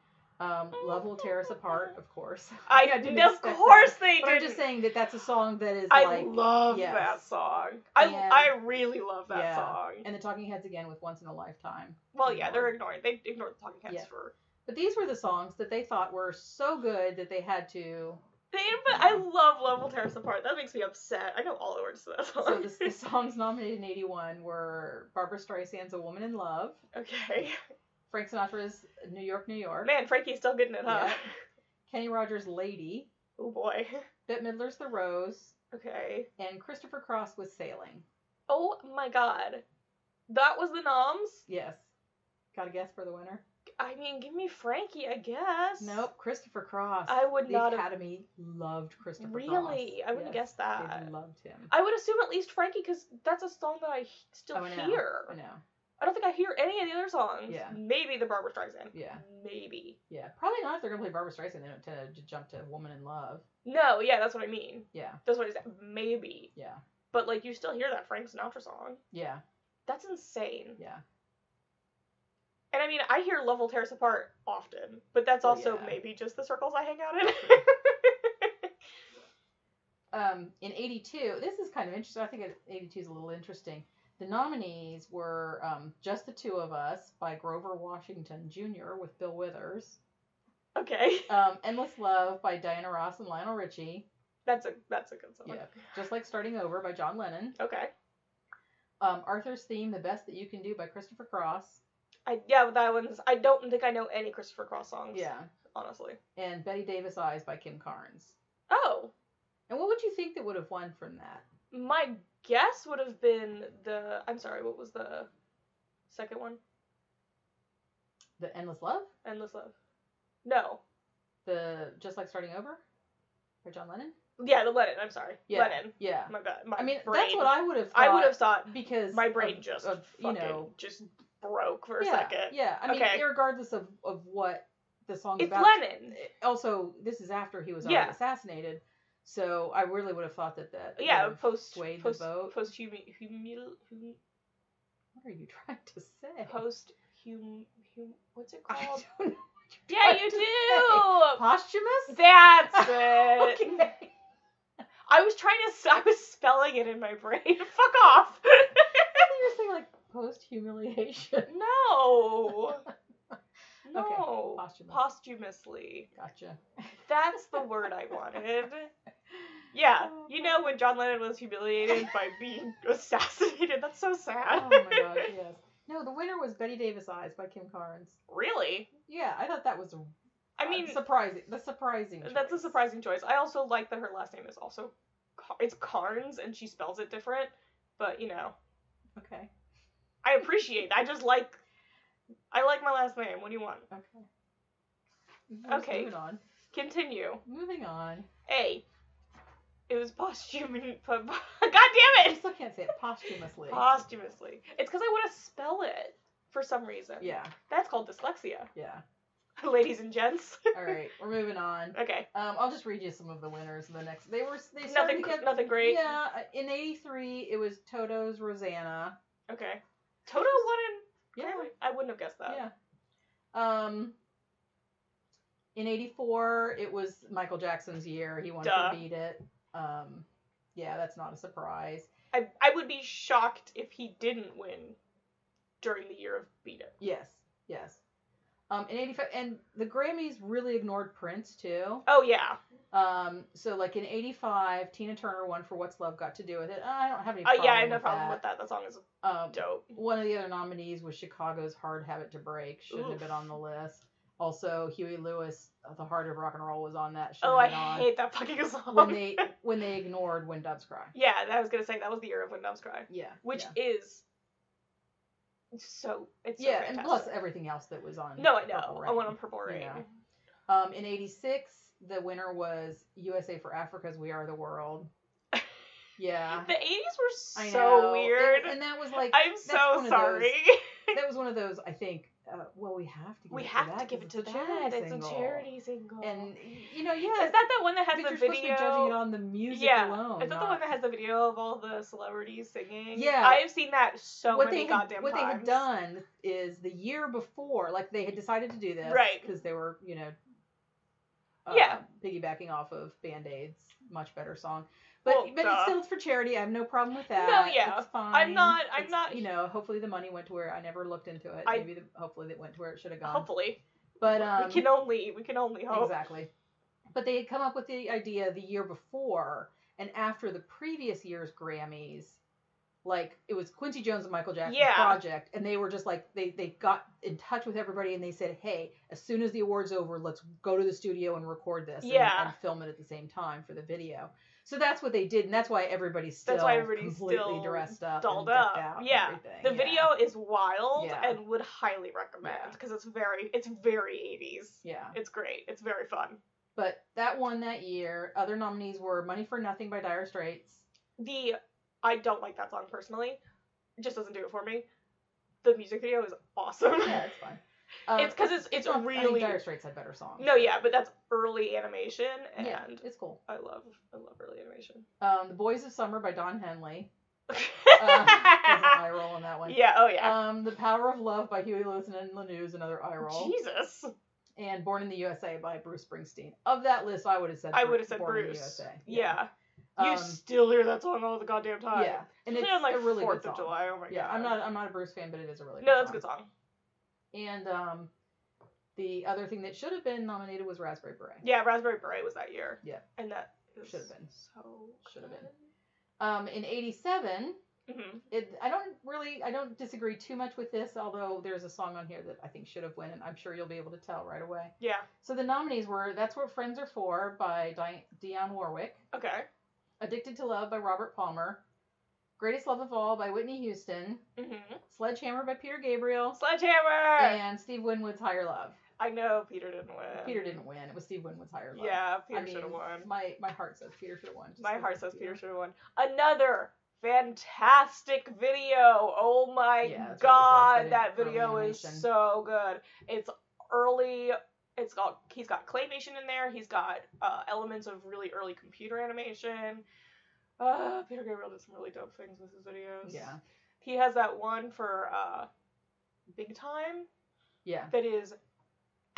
Um, Love Will Tear Us Apart, of course. [laughs] I, Yeah, didn't of expect that. course they But did. I'm just saying that that's a song that is I like. love yes. that song. I And- I really love that Yeah. song. and the Talking Heads again with Once in a Lifetime. Well, yeah, they're ignored. ignored. They ignored the Talking Heads Yeah. for. But these were the songs that they thought were so good that they had to. They, but I love Love Will Tear Us Apart. That makes me upset. I know all the words to that song. So [laughs] the, the songs nominated in '81 were Barbara Streisand's "A Woman in Love," okay. Frank Sinatra's "New York, New York," Man, Frankie's still getting it, huh? Yeah. Kenny Rogers' "Lady," [laughs] Oh boy. Bette Midler's "The Rose," Okay. and Christopher Cross was sailing. Oh my god. That was the noms? Yes. Got a guess for the winner? I mean, give me Frankie, I guess. Nope. Christopher Cross. I would the not have- Academy loved Christopher Cross. Really? I wouldn't Yes, guess that. They loved him. I would assume at least Frankie because that's a song that I h- still Oh, I know. hear. I know. I don't think I hear any of the other songs. Yeah. Maybe the Barbara Streisand. Yeah. Maybe. Yeah. Probably not if they're gonna play Barbara Streisand. They don't tend to jump to "Woman in Love." No, yeah, that's what I mean. Yeah. That's what I said. Maybe. Yeah. But like, you still hear that Frank Sinatra song. Yeah. That's insane. Yeah. And I mean, I hear Love Will Tear Us Apart often, but that's Well, also Oh, yeah. maybe just the circles I hang out [laughs] in. um, in 82, this is kind of interesting. I think it- 82 is a little interesting. The nominees were um, Just the Two of Us by Grover Washington Jr. with Bill Withers, okay. um, Endless Love by Diana Ross and Lionel Richie, That's a that's a good song. Yeah. Just Like Starting Over by John Lennon, Okay. um, Arthur's Theme, The Best That You Can Do by Christopher Cross, I yeah, but that one's I don't think I know any Christopher Cross songs. yeah, Honestly. and Betty Davis Eyes by Kim Carnes. Oh. And what would you think that would have won from that? My guess would have been the I'm sorry, what was the second one? The Endless Love, Endless Love. No. the Just Like Starting Over by John Lennon. Yeah, the Lennon, I'm sorry. Yeah. Lennon. Yeah, My bad. My I mean brain. that's what I would have. Thought. I would have thought because my brain of- just of, fucking just broke for a yeah, second. Yeah, I mean, Okay. regardless of, of what the song's It's about. Lennon. eh, Also, this is after he was already Yeah. assassinated, so I really would have thought that that would Yeah, have post swayed post the vote. post humi, humil, hum, what are you trying to say? post oh, hum, hum what's it I called? don't know. [laughs] Yeah, what you to do. Posthumous. [laughs] That's it. okay. [laughs] I was trying to. s- I was spelling it in my brain. [laughs] Fuck off. You're saying like post humiliation. [laughs] no. No. Posthumous. Posthumously. [laughs] gotcha. That's the word I wanted. Yeah, Oh, you know when John Lennon was humiliated by [laughs] being assassinated. That's so sad. Oh [laughs] my god. Yes. No, the winner was Betty Davis Eyes by Kim Carnes. Really? Yeah, I thought that was a I mean, surprising. The surprising. That's a choice. surprising choice. I also like that her last name is also Car- it's Carnes and she spells it different, but you know, Okay. I appreciate. I just like I like my last name. What do you want? Okay. We're just Okay. Moving on. Continue. Moving on. A. It was posthumous. [laughs] God damn I it! still can't say it posthumously. Posthumously. It's because I want to spell it for some reason. yeah. That's called dyslexia, [laughs] Yeah. ladies and gents. [laughs] All right. We're moving on. okay. Um, I'll just read you some of the winners. in The next they were they started Nothing. to get Nothing great. yeah uh, in '83 it was Toto's Rosanna. Okay. Toto won in. Yeah. I wouldn't have guessed that. Yeah. Um. In '84 it was Michael Jackson's year. He wanted Duh. to beat it. Um. Yeah, that's not a surprise. I, I would be shocked if he didn't win during the year of Beat It. Yes, yes. Um, in '85, and the Grammys really ignored Prince too. Oh yeah. Um, so like in '85, Tina Turner won for "What's Love Got to Do with It." I don't have any. Oh Problem yeah, I have no with problem that. with that. That song is Um, dope. one of the other nominees was Chicago's Hard Habit to Break. Shouldn't have been Oof. on the list. Also, Huey Lewis, uh, The Heart of Rock and Roll was on that. Shouldn't Oh, I have been on. hate that fucking song. [laughs] when they when they ignored When Doves Cry. yeah, I was gonna say that was the year of When Doves Cry, Yeah. which yeah, is so it's so yeah and fantastic. plus everything else that was on. no, I know. Purple I Rain. want them purple rain. Yeah. Um, in '86, the winner was USA for Africa's "We Are the [laughs] World." Yeah, The eighties were I so know. It- weird. and that was like I'm that's one so of sorry. [laughs] Those, that was one of those. I think. Uh, well, we have to. Give We it have to to that give 'cause it it's to a that. charity It's a single. charity single. And you know, yeah, is that the one that has but the you're supposed to be video? judging it on the music Yeah, alone. Is that the not- one that has the video of all the celebrities singing? Yeah. I have seen that so what they many had, goddamn what times. they had done is the year before, like they had decided to do this, Right. Because they were, you know, uh, Yeah. piggybacking off of Band Aid's much better song, but Well, but duh. it's still for charity. I have no problem with that. yeah. it's fine. not- I'm It's, not- You know, hopefully the money went to where I never looked into it. I- Maybe the, hopefully it went to where it should have gone. Hopefully, But um, we can only we can only hope. Exactly. But they had come up with the idea the year before and after the previous year's Grammys, like it was Quincy Jones and Michael Jackson's Yeah. project, and they were just like they they got in touch with everybody and they said, hey, as soon as the awards over, let's go to the studio and record this, and- Yeah. and, film it at the same time for the video. So that's what they did, and that's why everybody's still That's why everybody's completely still dressed up, dolled and decked up. out and Yeah. everything. The Yeah. video is wild Yeah. and would highly recommend Yeah. because it's very it's very 80s. Yeah. It's great. It's very fun. But that won that year. Other nominees were Money for Nothing by Dire Straits. The I don't like that song personally. It just doesn't do it for me. The music video is awesome. yeah, it's fine. Uh, [laughs] It's 'cause it's- it's not- I mean, really- Dire Straits had better songs. no, yeah, but that's early animation and yeah, it's cool. I love I love early animation. Um, the Boys of Summer by Don Henley. [laughs] Uh, there's an eye roll on that one. yeah, oh yeah. Um, the Power of Love by Huey Lewis and Lanews, another eye roll. Jesus. And Born in the USA by Bruce Springsteen. Of that list, I would have said I Bru- would have said Born in the Bruce. USA. Yeah. You Um, still hear that song all the goddamn time. yeah, and Especially it's on like a really Fourth good song. of July. Oh my Yeah, god. I'm not I'm not a Bruce fan, but it is a really No, that's a good song. And um, the other thing that should have been nominated was Raspberry Beret. Yeah, Raspberry Beret was that year. Yeah. And that is Should've been. So Should've been. Um, in '87, hmm it, I don't really, I don't disagree too much with this, although there's a song on here that I think should have won, and I'm sure you'll be able to tell right away. Yeah. So the nominees were "That's What Friends Are For" by Di- Dionne Warwick, Okay. "Addicted to Love" by Robert Palmer, "Greatest Love of All" by Whitney Houston, hmm "Sledgehammer" by Peter Gabriel, Sledgehammer. and Steve Winwood's "Higher Love." I know Peter didn't win. Peter didn't win; it was Steve Winwood's "Higher Love." Yeah, Peter I mean, should have won. My my heart says Peter should have won. just My because heart of says Peter should have won. Another fantastic video. Oh my Yeah, it's really god, good. that Early video is animation. so good. It's early. It's got he's got claymation in there. He's got uh, elements of really early computer animation. Uh, Peter Gabriel did some really dope things with his videos. Yeah, He has that one for uh, Big Time yeah, that is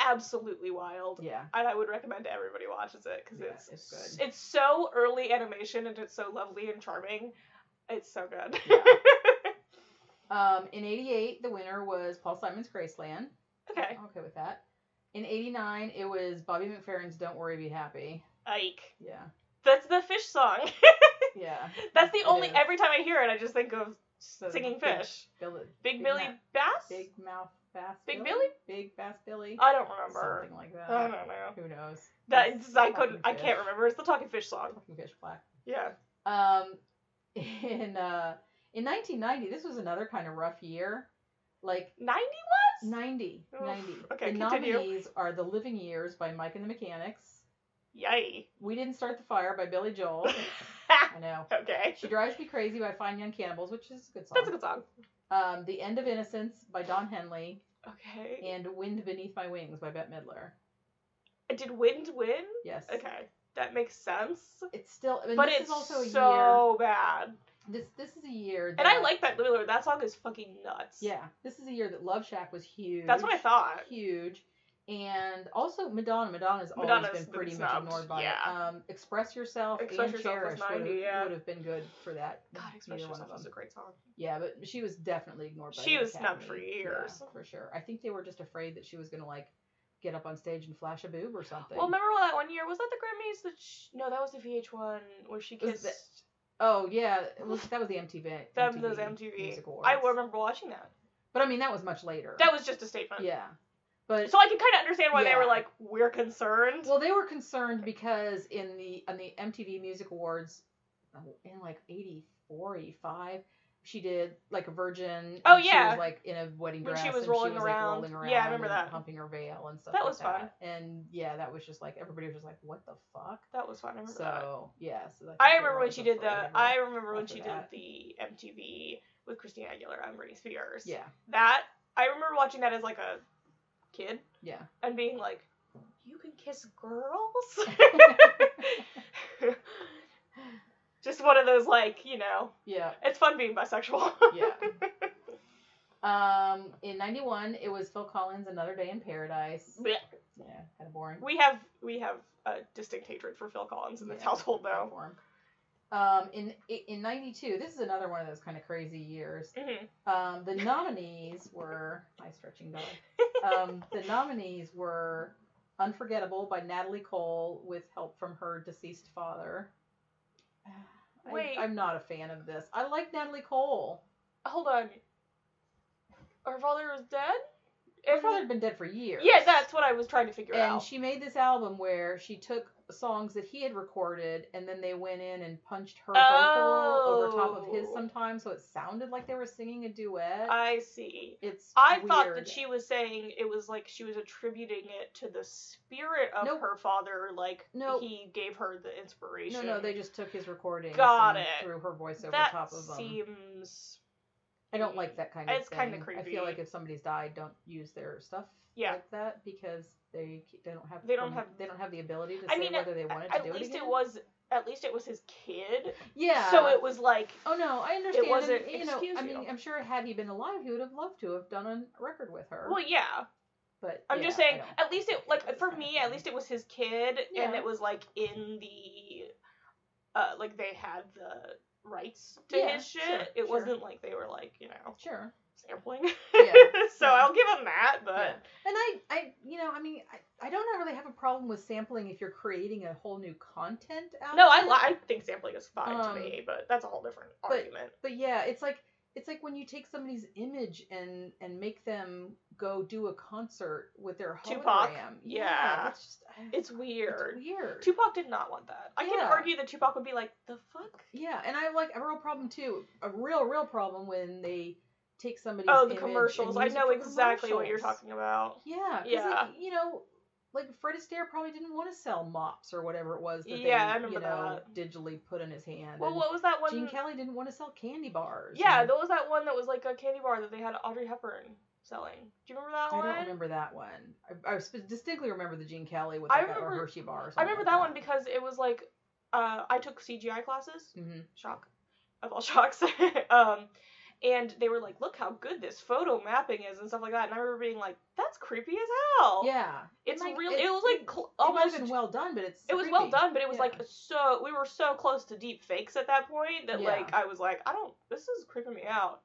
absolutely wild yeah. and I would recommend everybody watches it because Yeah, it's it's it's, good. so early animation and it's so lovely and charming. It's so good. Yeah. Um, in '88, the winner was Paul Simon's "Graceland." [laughs] okay, I'm okay with that. In '89, it was Bobby McFerrin's "Don't Worry, Be Happy." Ike. [laughs] Yeah, That's the fish song. [laughs] yeah. That's the It only. is. Every time I hear it, I just think of So singing Big- fish. Billy, Big, Big Billy Mouth- Bass. big mouth bass. Big Big bass Billy. I don't remember. Something like I that. don't know. Who knows? That It's is, I Talking couldn't. I Fish. can't remember. It's the talking fish song. Talking fish black. Yeah. Um, [laughs] in uh, in 1990, this was another kind of rough year. Like Ninety 90, Oof. 90. Okay, the continue. nominees are "The Living Years" by Mike and the Mechanics. Yay. We Didn't Start the Fire by Billy Joel. I know. [laughs] okay. She Drives Me Crazy by Fine Young Cannibals, which is a good song. That's a good song. Um, the End of Innocence by Don Henley Okay. and Wind Beneath My Wings by Bette Midler. Did Wind win? Yes. Okay. That makes sense. It's still, I mean, but this it's is also a year. so bad. This this is a year. That, And I like that Lulu. That song is fucking nuts. Yeah, this is a year that Love Shack was huge. That's what I thought. Huge, and also Madonna. Madonna's always Madonna's been been pretty much snubbed, ignored by yeah. it. Um, Express Yourself Express and Yourself was Cherish would 90, have, yeah. would have been good for that. God, Express Neither one Yourself of was a them. great song. Yeah, but she was definitely ignored by She the was snubbed Academy. for Yeah, years. for sure. I think they were just afraid that she was gonna like get up on stage and flash a boob or something. Well, remember that one year? Was that the Grammys? That sh no, that was the VH1 where she Was kissed. the- oh yeah, it was- that was the MTV. That was MTV. Music I Awards. remember watching that. But I mean, that was much later. That was just a statement. yeah, but So I can kind of understand why they were Yeah. like, we're concerned. Well, they were concerned because in the on the MTV Music Awards oh, in like 84, 85, she did like a virgin. Oh, and yeah. She was like in a wedding When dress. she was and rolling she was, around. Like, rolling around. Yeah, I remember and that. Pumping her veil and stuff. That like was fun. that. And yeah, that was just like everybody was just like, what the fuck. that was fun. I remember that. So yeah, so think I they remember were when always she did the. afraid. I remember when after she did that. the MTV with Christina Aguilera and Britney Spears. Yeah, That I remember watching that as like a kid yeah. and being like, "You can kiss [laughs] girls." Just one of those like you know, [laughs] Yeah, it's fun being bisexual. [laughs] yeah. Um, in '91, it was Phil Collins, "Another Day in Paradise." Blech. Yeah, kind of boring. we have we have a distinct hatred for Phil Collins in this Yeah, household though. platform. Um, in in '92, this is another one of those kind of crazy years. hmm Um, [laughs] the nominees were my stretching dog. Um, the nominees were "Unforgettable" by Natalie Cole with help from her deceased father. I, Ah, Wait. I'm not a fan of this. I like Natalie Cole. Hold on, her father was dead. Her And- father had been dead for years. Yeah, that's what I was trying to figure And out. she made this album where she took songs that he had recorded and then they went in and punched her vocal over top of his Oh. sometimes so it sounded like they were singing a duet. I see. it's I thought weird. that she was saying it was like she was attributing it to the spirit of Nope. her father, like Nope. he gave her the inspiration. No, no, they just took his recording Got and it. threw her voice over that top of them. seems I don't like that kind of It's kinda thing. I creepy. feel like if somebody's died, don't use their stuff Yeah. like that because they they don't have They don't perm- have- they don't have the ability to I say mean, whether they wanted to at do least it again. was at least it was his kid. yeah. So it was like Oh no, I understand. wasn't- and, you know, excuse I you. mean, I'm sure had he been alive, he would have loved to have done a record with her. well yeah. but I'm yeah, just I saying don't- at least it don't like get this for kind of me at thing. least it was his kid Yeah. and it was like in the uh like they had the rights to Yeah, his shit. sure, it sure. wasn't like they were like, you know, sure. sampling. Yeah, [laughs] so yeah. I'll give him that, Yeah. but And I, I, you know, I mean, I, I don't really have a problem with sampling if you're creating a whole new content. Out No, of I, it. li- I think sampling is fine Um, to me, but that's a whole different but- argument. But yeah, it's like it's like when you take somebody's image and and make them go do a concert with their hologram. Tupac, Yeah, yeah. that's just ah, It's it's weird. weird. Tupac did not want that. I Yeah. can argue that Tupac would be like, the fuck? Yeah, and I have like a real problem too. A real, real problem when they take somebody's Oh, the image and commercials. I use it know for exactly what you're commercials. talking about. Yeah, 'cause, Yeah. Like, you know, like Fred Astaire probably didn't want to sell mops or whatever it was that Yeah, I they, you remember know, digitally put in his hand. Well, and what was that Gene one? Kelly didn't want to sell candy bars. Yeah, and there was that one that was like a candy bar that they had Audrey Hepburn selling. Do you remember that I one? don't remember that one. I, I sp- distinctly remember the Gene Kelly with I like, a- remember- a Hershey bar. Or I something remember like that one because it was like, uh, I took CGI classes. Mhm. shock of all [laughs] shocks. um, and they were like, look how good this photo mapping is and stuff like that. And I remember being like, that's creepy as hell. Yeah, It's Like, real. It, it- was like cl- it might have almost. been well done, but it's it was well creepy. done, but it was Yeah. like so. We were so close to deep fakes at that point that Yeah. like I was like, I don't. This is creeping me out.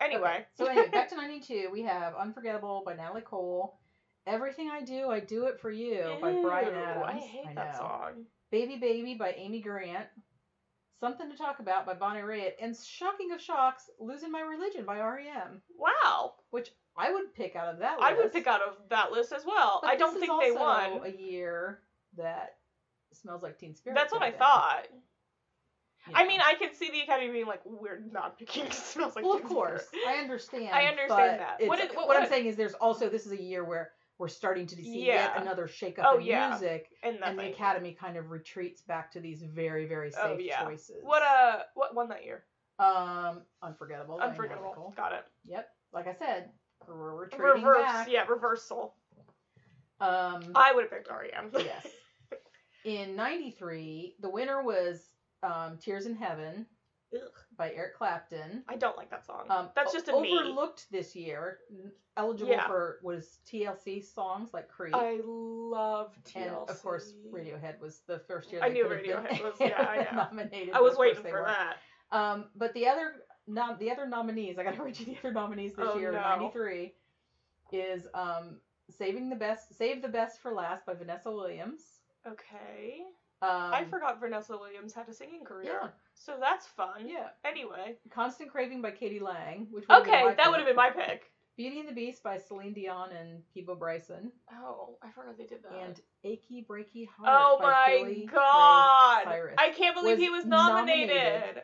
Anyway, Okay, so anyway, back to 92, we have Unforgettable by Natalie Cole. Everything I Do, I Do It For You by Brian Ew, Adams. I hate that know. song. Baby Baby by Amy Grant. Something to Talk About by Bonnie Raitt. And Shocking of Shocks, Losing My Religion by R.E.M., Wow, which I would pick out of that I list. would pick out of that list as well. But I don't this think is they also won. a year that smells like Teen Spirit. That's what I could've been, thought. you I know. mean, I can see the Academy being like, we're not picking [laughs] smells like well, of Teen Spirit." course, I understand. I but understand that. it's- What What, is- what- I'm what- saying is, there's also this is a year where we're starting to see Yeah. yet another shakeup Oh, in yeah. music, And nothing. and the Academy kind of retreats back to these very, very safe Oh, yeah. choices. What uh what won that year? um unforgettable, by Unforgettable. Nautical. Got it. Yep, like I said, we're retreating Reverse. back. Yeah, reversal. Um, I would have picked E [laughs] REM. yes. In '93, the winner was um, Tears in Heaven. Ugh. by Eric Clapton. I don't like that song. Um, That's o- just a me. overlooked this year. Eligible Yeah. Uh, for was TLC songs like Creep. I love TLC. and of course, Radiohead was the first year. I they knew could have been [laughs] Radiohead was- yeah, I know. nominated. I but was of course waiting they for weren't. that. Um, but the other nom- the other nominees, I gotta [laughs] read you the other nominees this Oh, year. no. Ninety three is um, saving the best, save the best for last by Vanessa Williams. Okay. Um, I forgot Vanessa Williams had a singing career. Yeah. So that's fun. Yeah, Anyway. constant craving by Katie Lang. Which would've been Okay, my that would have pick. been my pick. Beauty and the Beast by Celine Dion and Peebo Bryson. Oh, I forgot they did that. and Achy Breaky Heart. oh by my Billy Ray god. Cyrus. I can't believe was he was nominated. nominated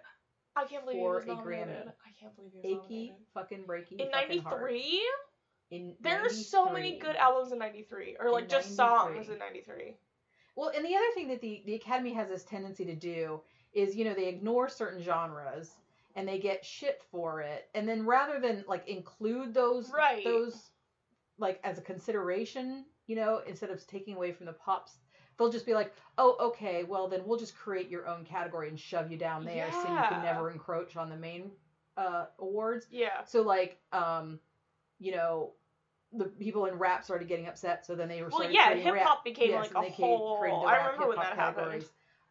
I can't believe he for was a nominated. Grammy. I can't believe he was Achy nominated. fucking breaky. In fucking heart. 93? In There are so many 93. good albums in 93 or like In just 93. songs in 93. Well, and the other thing that the, the Academy has this tendency to do is, you know, they ignore certain genres and they get shit for it. And then rather than like include those Right. those like as a consideration, you know, instead of taking away from the pops, they'll just be like, "Oh, okay, well then we'll just create your own category and shove you down there so you can Yeah. never encroach on the main uh awards." Yeah. So like um you know, the people in rap started getting upset, so then they were Well, started yeah, creating hip rap hop became Yes, like and a they ca- created whole. the I rap remember when that hip-hop happened.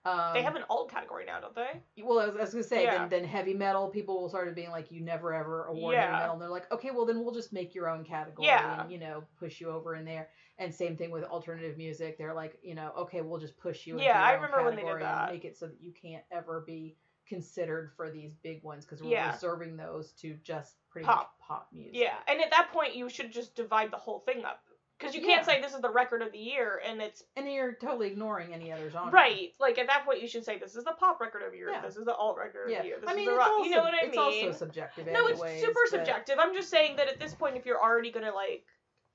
Um, they have an alt category now, don't they? well, I was, I was gonna say Yeah. then, then heavy metal people will start being like, you never ever award heavy Yeah. metal, and they're like, okay, well then we'll just make your own category Yeah. and you know push you over in there. And same thing with alternative music, they're like, you know, okay, we'll just push you. into Yeah, your I own remember when they did category that. And make it so that you can't ever be considered for these big ones because we're Yeah. reserving those to just pretty Pop. much pop music. Yeah, and at that point, you should just divide the whole thing up because you can't Yeah. say this is the record of the year and it's and you're totally ignoring any other genre. right. Like at that point, you should say this is the pop record of the year, Yeah. this is the alt record Yeah, of the year, this I mean, is the it's, rock. also, you know what I it's mean? also subjective. no, it's anyways, super but- subjective. I'm just saying that at this point, if you're already gonna like,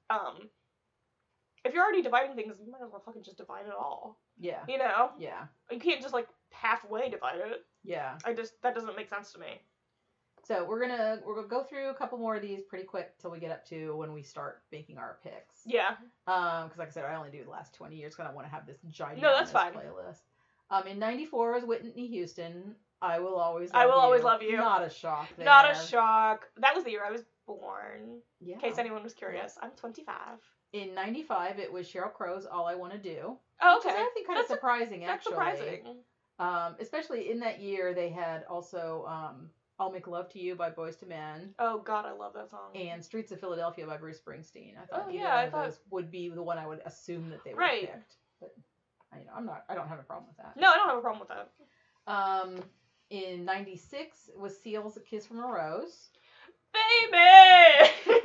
um, if you're already dividing things, you might as well fucking just divide it all. Yeah, You know, yeah, you can't just like halfway divide it. yeah. I just that doesn't make sense to me. So we're gonna we're gonna go through a couple more of these pretty quick till we get up to when we start making our picks. Yeah, Um, because like I said, I only do the last twenty years because I want to have this giant No, that's fine. playlist. Um, in '94 was Whitney Houston. I will always. Love I Will you. Always Love You. Not a shock. not a there. shock. That was the year I was born. Yeah. In case anyone was curious, I'm 25. in '95, it was Cheryl Crow's "All I Want to Do." Oh, Which is, I think kind That's of a- surprising, That's actually. surprising. Um, especially in that year, they had also um, "I'll Make Love to You" by Boys to Men. Oh God, I love that song. and Streets of Philadelphia by Bruce Springsteen. I thought Oh, either yeah, I one of thought- those would be the one I would assume that they would Right. have picked. But I- you know, I'm not I don't have a problem with that. no, I don't have a problem with that. Um in ninety six was Seal's A Kiss from a Rose. [laughs] Baby. [laughs]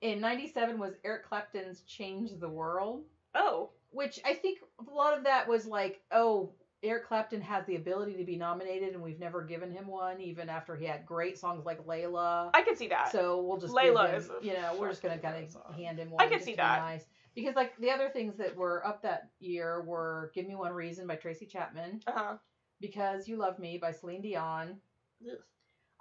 In ninety seven was Eric Clapton's Change the World. oh, Which I think a lot of that was like, oh, Eric Clapton has the ability to be nominated and we've never given him one, even after he had great songs like Layla. I could see that. So we'll just Layla give him, is a you know, we're just gonna fucking kind great of song. hand him one. can just see to be that. Nice. Because like the other things that were up that year were "Give Me One Reason" by Tracy Chapman, uh huh. "Because You Love Me" by Celine Dion,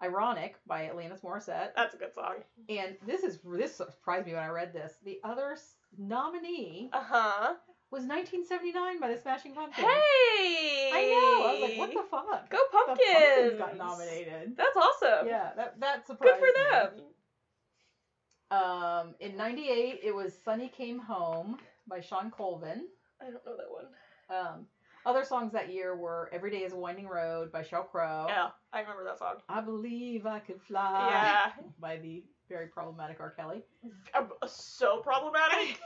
"Ironic" by Alanis Morissette, That's a good song. and this is this surprised me when I read this. The other s- nominee Uh huh. was "1979" by the Smashing Hey. Pumpkins. I know. I was like, I what the fuck? Go The pumpkins. Pumpkins got nominated. That's awesome. Yeah, that that surprised Good for me. them. Um, in '98, it was "Sunny Came Home" by Sean Colvin. I don't know that one. Um, other songs that year were "Every Day Is a Winding Road" by Sheryl Crow. Yeah, I remember that song. "I Believe I Could Fly" yeah. by the very problematic R. [laughs] Kelly. [laughs] I'm so problematic.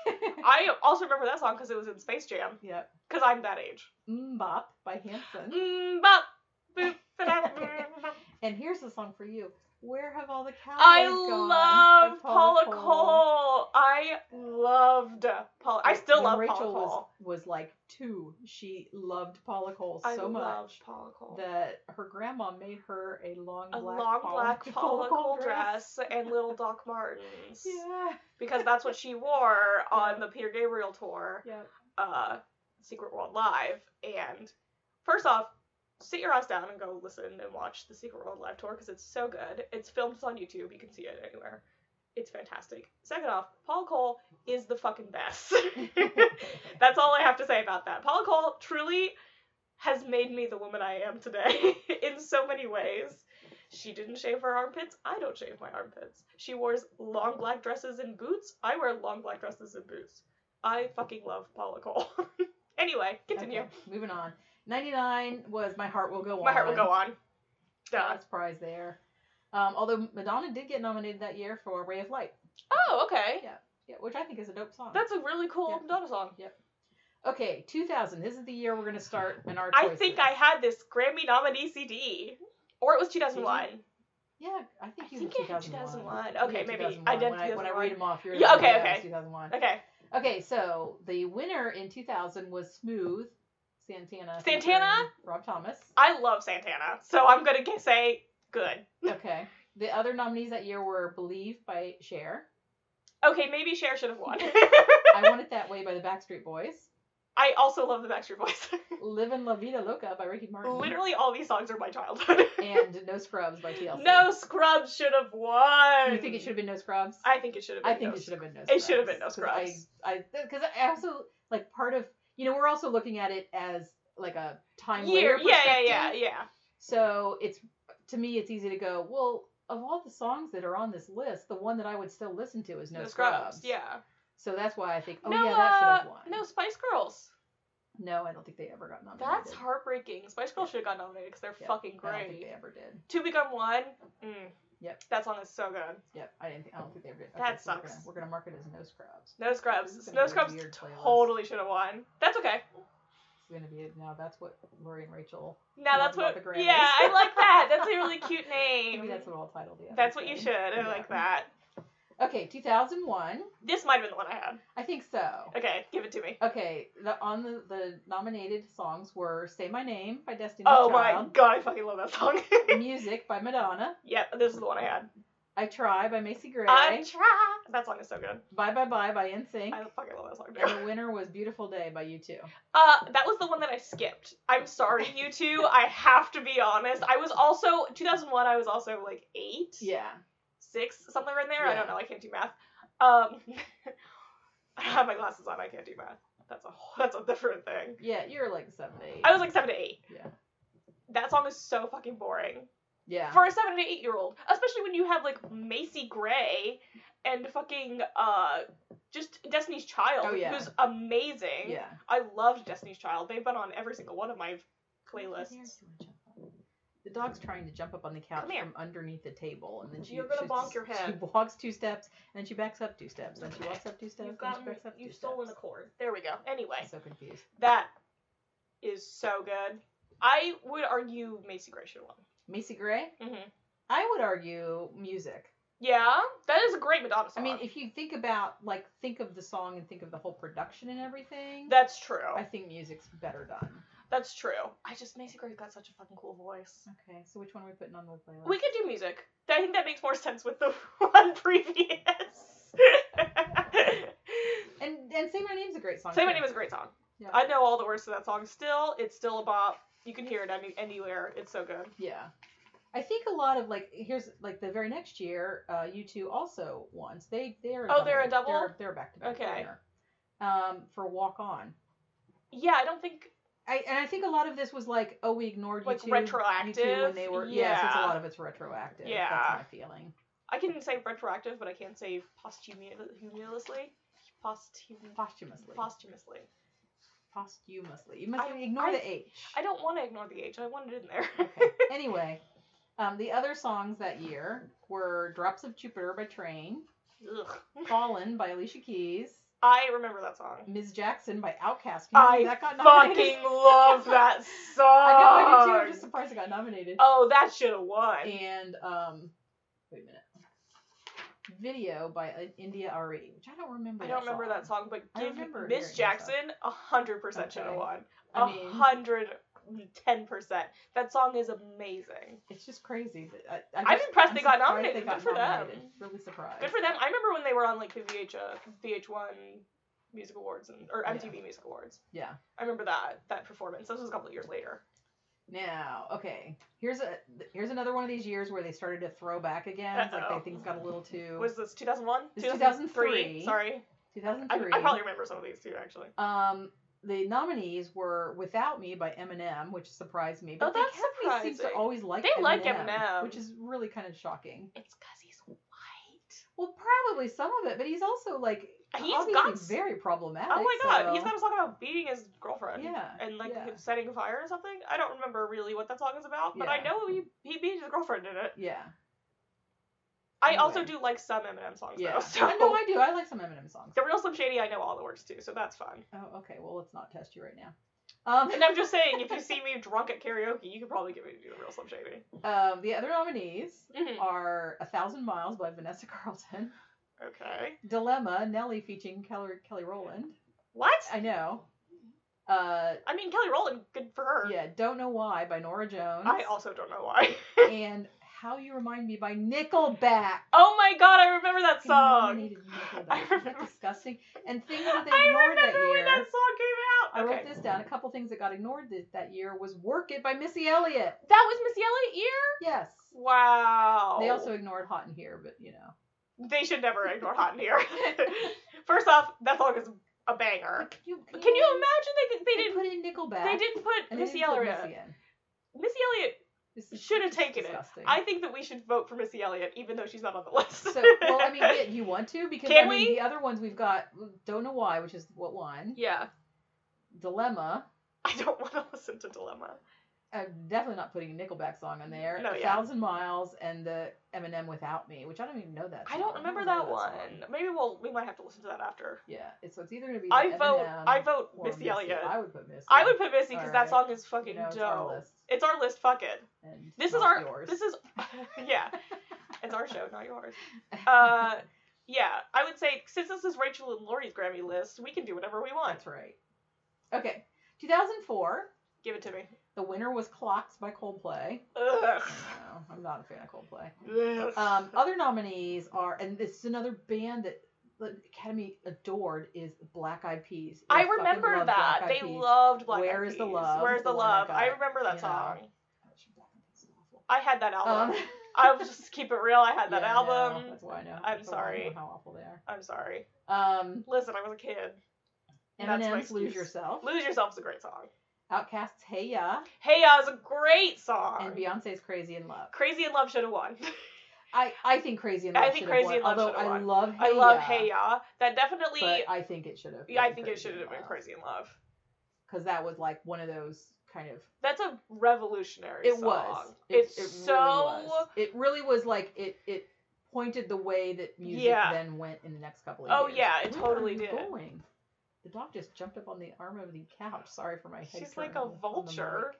I also remember that song because it was in Space Jam. yep. Because I'm that age. "Mbop" by Hanson. [laughs] Mm, bop, boop, [laughs] ba-da, And here's the song for you. "Where Have All Oh the Cows I Gone" love by Paula Cole. I loved Paula. I still When love Rachel Paula Cole. was was like two. She loved Paula Cole I so love much Paula Cole. that her grandma made her a long Oh. a black long Paula, [laughs] [laughs] black Paula Cole dress. dress and [laughs] little Doc Martens [laughs] Yeah. because that's what she wore on Yeah. the Peter Gabriel tour, Yep. uh, Secret World Live. And first off, sit your ass down and go listen and watch the Secret World Live tour because it's so good. It's filmed on YouTube. You can see it anywhere. It's fantastic. Second off, Paul Cole is [laughs] the fucking best. That's all I have to say about that. Paula Cole truly has made me the woman I am today [laughs] in so many ways. She didn't shave her armpits. I don't shave my armpits. She wears long black dresses and boots. I wear long black dresses and boots. I fucking love Paula Cole. [laughs] anyway, continue. Okay, moving on. 99 was My Heart Will Go On. My heart will go on. Duh. That's prize there. Um, although Madonna did get nominated that year for Ray of Light, Oh, okay. yeah, which I think is a dope song. That's a really cool Yeah. Madonna song. okay, 2000. This is the year we're going to start in our I choices. think I had this Grammy nominee CD, or it was 2001. Yeah, I think I you think were I had 2001. 2001. Okay, You were maybe. I did When I, when I 2001. read them off, you're Yeah, like, okay, yeah, it was okay. 2001. Okay, Okay, so the winner in 2000 was Smooth Santana. featuring Santana? Rob [laughs] Thomas. I love Santana, so I'm gonna g- say good. Okay. The other nominees that year were Believe by Cher, Okay, maybe Cher should [laughs] have [laughs] won. I Want It That Way by the Backstreet Boys, I also love the Backstreet [laughs] Boys. Live in La Vida Loca by Ricky Martin, Literally, all these songs are my childhood. [laughs] and No Scrubs by TLC. no Scrubs should have won. You think it should have been No Scrubs? I think it should have. Been I think no it should have been no. It should have been no 'Cause I- scrubs. I because I also like part of you know we're also looking at it as like a time year. later Yeah, yeah, yeah, perspective. yeah. So it's to me it's easy to go well of all the songs that are on this list the one that I would still listen to is no, scrubs. Yeah. So that's why I think oh no, yeah that should have uh, won. no Spice Girls. No, I don't think they ever got nominated. That's heartbreaking. Spice Girls should have got nominated because they're Yeah, fucking I don't think they great. ever did. Two Become One. Mm. Yep. That song is so good. Yep, I didn't. Think, I don't think they ever did. That so we're gonna- sucks. We're gonna, mark it as no scrubs. No This Scrubs. is gonna No be a Scrubs weird playlist. totally should have won. That's okay. It's gonna be it now. That's what Lori and Rachel. Now that's Love what. about the Grammys. Yeah, I like that. That's a [laughs] really cute name. Maybe that's what I'll title the. That's what you should. episode. I Yeah. like that. Okay, 2001. This might have been the one I had. I think so. Okay, give it to me. Okay, the, on the, the nominated songs were "Say My Name" by Destiny Oh my Child, god, I fucking love that song. [laughs] "Music" by Madonna, yep, this is the one I had. "I Try" by Macy Gray, I try. That song is so good. "Bye Bye Bye" by NSYNC, I fucking love that song. and Too. the winner was "Beautiful Day" by U2. Uh, that was the one that I skipped. I'm sorry, [laughs] you two. I have to be honest. I was also 2001. I was also like eight. Yeah, six, something right there. I Yeah. don't know. I can't do math. Um, [laughs] I have my glasses on. I can't do math. That's a whole- that's a different thing. yeah, you're like seven, eight. I was like seven to eight. Yeah. That song is so fucking boring yeah, for a seven to eight year old, especially when you have like Macy Gray and fucking uh just Destiny's Child, Oh, yeah. who's amazing. yeah. I loved Destiny's Child. They've been on every single one of my playlists. The dog's trying to jump up on the couch Come here. from underneath the table, and then she You're gonna she- bonk your She head. walks two steps, and then she backs up two steps, and she walks up two steps, You've and she gotten, backs up two you've stolen a steps. chord. There we go. Anyway, I'm so confused. That is so good. I would argue Macy Gray should have Macy Gray. won. hmm I would argue music. Yeah, that is a great Madonna I song. mean, if you think about like think of the song and think of the whole production and everything, that's true. I think music's better done. That's true. I just Macy Gray's got such a fucking cool voice. Okay, so which one are we putting on the playlist? We could do music. I think that makes more sense with the [laughs] one previous. [laughs] and and say my name's a great song. Say too. my name is a great song. Yeah. I know all the words to that song still. It's still a bop. You can hear it any, anywhere. It's so good. Yeah. I think a lot of like here's like the very next year, uh, U two also won. So they they're Oh, they're a double? They're, they're back to back. Okay. winner. Um, for Walk On. Yeah, I don't think I and I think a lot of this was like, oh, we ignored Like U two U2 when retroactive? they were yeah. so it's a Yeah. lot of it's retroactive. Yeah. That's my feeling. I can say retroactive, but I can't say posthumously. Posthum- Posthumously. posthumously. posthumously. You must I- ignore I- the H. I don't want to ignore the age. I want it in there. okay. Anyway, um, the other songs that year were Drops of Jupiter by Train, [laughs] Ugh. Fallen by Alicia Keys, I remember that song. Ms. Jackson by Outkast. Can you believe I that got nominated? [laughs] fucking love that song. I know, I do too. I'm just surprised it got nominated. Oh, that should have won. And, um, wait a minute. Video by uh, India Ari, which I don't remember. I don't remember that song, but I give remember Miss hearing that Jackson a hundred percent should have Okay. won. I A mean- hundred ten percent. That song is amazing. It's just crazy. that- I, I'm just- impressed they got surprised nominated. they got Good for them. nominated. Really surprised. Good for them. I remember when they were on like the uh, VH VH1 Music Awards and or Yeah. MTV Music Awards. Yeah. I remember that that performance. This was a couple of years later. Now, okay, here's a here's another one of these years where they started to throw back again. It's Like Uh-oh. they, things got a little too. Was this 2001? This is 2003. Sorry. I, 2003. I probably remember some of these too, actually. Um, the nominees were "Without Me" by Eminem, which surprised me. But Oh, the that's Academy seems to surprising. always like They Eminem, like Eminem. which is really kind of shocking. It's because he's white. Well, probably some of it, but he's also like He's obviously got s- very problematic. Oh my god, he's so- got a song about beating his girlfriend. Yeah, And like yeah. setting fire or something. I don't remember really what that song is about, but I Yeah. know he, he beat his girlfriend in it. yeah, I also Anyway. do like some Eminem songs yeah. though. So I know I do. I like some Eminem songs. the real Slim Shady, I know all the words too, so that's fun. Oh, okay. Well, let's not test you right now. Um, [laughs] And I'm just saying, if you see me drunk at karaoke, you could probably get me to do the real Slim Shady. um, the other nominees Mhm. are "A Thousand Miles" by Vanessa [laughs] Carlton, Okay. "Dilemma" Nelly featuring Kelly Kelly Rowland. What? I know. Uh, I mean, Kelly Rowland, good for [laughs] her. yeah, "Don't Know Why" by Nora Jones. I also don't know why. [laughs] and "How You Remind Me" by [laughs] Nickelback. oh my god, I remember that They song. nominated Nickelback. [laughs] I Isn't that remember- disgusting? And things [laughs] that they I ignored remember that year. when that song I came out. wrote Okay. this down. A couple things that got ignored th- that year was "Work It" by Missy Elliott. That was Missy Elliott year? Yes. Wow. They also ignored "Hot in Here," but you know. They should never ignore Hot [laughs] in Here. [laughs] First off, that song is a banger. But Can you imagine they, They they didn't put in Nickelback. they didn't put and they Missy didn't put Elliott. Missy in. Missy Elliott. This is Should have just taken it. disgusting. I think that we should vote for Missy Elliott, even though she's not on the [laughs] list. So well, I mean, yeah, you want to because Can I mean, we? the other ones we've got "Don't Know Why," which is what one yeah, dilemma. I don't want to [laughs] listen to Dilemma. I'm uh, definitely not putting a Nickelback song on there. No, a yeah. thousand miles and the Eminem without me, which I don't even know that. I song. don't remember that know one. song. Maybe we'll we might have to listen to that after. Yeah, it's, so it's either gonna be. I the vote. Eminem I vote or Missy Elliott. I would put Missy. I would put Missy because All that right. song is fucking You know, it's dope. our list, It's our list. Fuck it. and This is not our. Yours. This is. [laughs] yeah, it's our show, [laughs] not yours. Uh, yeah, I would say since this is Rachel and Lori's Grammy list, we can do whatever we want. That's right. Okay, 2004. Give it to me. The winner was "Clocks" by Coldplay. Ugg. No, I'm not a fan of Coldplay. Ugh. Um, other nominees are, and this is another band that the Academy adored is Black Eyed Peas. They I fucking remember love that Black Eyed they Peas. loved Black Where Eyed is the Peas. love? Oh Where's the, The one I love? I, got, remember that you song. Gosh, Black Eyed Peas is awful. I had that album. Um, [laughs] I'll just keep it real. Oh, I had that yeah, I know. album. That's why I know. I'm That's why I sorry. know how awful they are. I'm sorry. Um, Listen, I was a kid. That's my Eminem's "Lose excuse. Yourself," Lose Yourself is a great song. Outkast's "Hey Ya," Hey Ya is a great song. and Beyonce's "Crazy in Love." Crazy in Love should have won. [laughs] I I think "Crazy in I Love" think should Crazy won, in Love although should've I won. love I Hey love Ya, Hey Ya. That definitely. but I think it should have. yeah, I think it should have been Crazy in Love. because that was like one of those kind of That's a revolutionary it song. was It- It's it really so. was. it really was like it it pointed the way that music Yeah. then went in the next couple of Oh, years. yeah, it Where totally are you did. going the dog just jumped up on the arm of the couch sorry for my head She's like turn a on the- on the mic. vulture.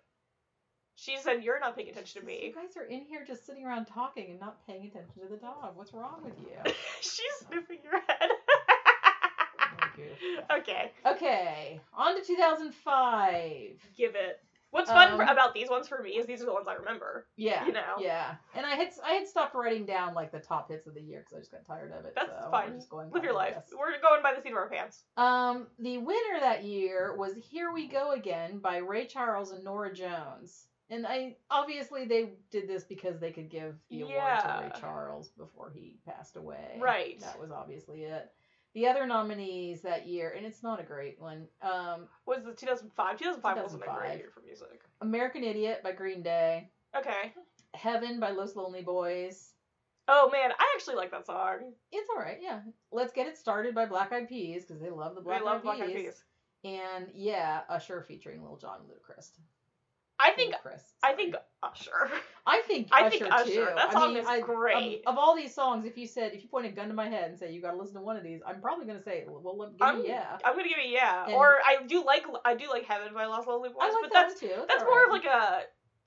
She said, You're not paying attention to Jesus, you me. guys are in here just sitting around talking and not paying attention to the dog what's wrong with you [laughs] She's sniffing your head. [laughs] Thank you. okay, okay on to 2005 give it. What's fun Um, for, about these ones for me is these are the ones I remember. yeah You know. yeah and i had i had stopped writing down like the top hits of the year because i just got tired of it That's so we're fine. just going Live by your the life. best. We're going by the seat of our pants. Um, the winner that year was "Here We Go Again" by Ray Charles and Nora Jones, and I obviously they did this because they could give the Yeah. award to Ray Charles before he passed away. Right. that was obviously it. The other nominees that year, and it's not a great one. Um, Was the 2005? 2005 wasn't a 2005. great year for music. "American Idiot" by Green Day, Okay. "Heaven" by Los Lonely Boys. Oh man, I actually like that song. It's all right, yeah. "Let's Get It Started" by Black Eyed Peas because they love the Black, I love Eyed, Black Eyed Peas. Peas. And yeah, Usher featuring Lil Jon and Ludacris. I think. Ludacris, I sorry. think [laughs] Usher. I think I Usher think Usher. too. That I song mean, is I- of- great. Of, all these songs, if you said if you point a gun to my head and say you got to listen to one of these, I'm probably gonna say, well, well give me I'm- yeah. I'm gonna give it yeah. And- or I do like I do like Heaven by Lost Lonely Boys, I but like that's that one too. It's That's all more of right. like a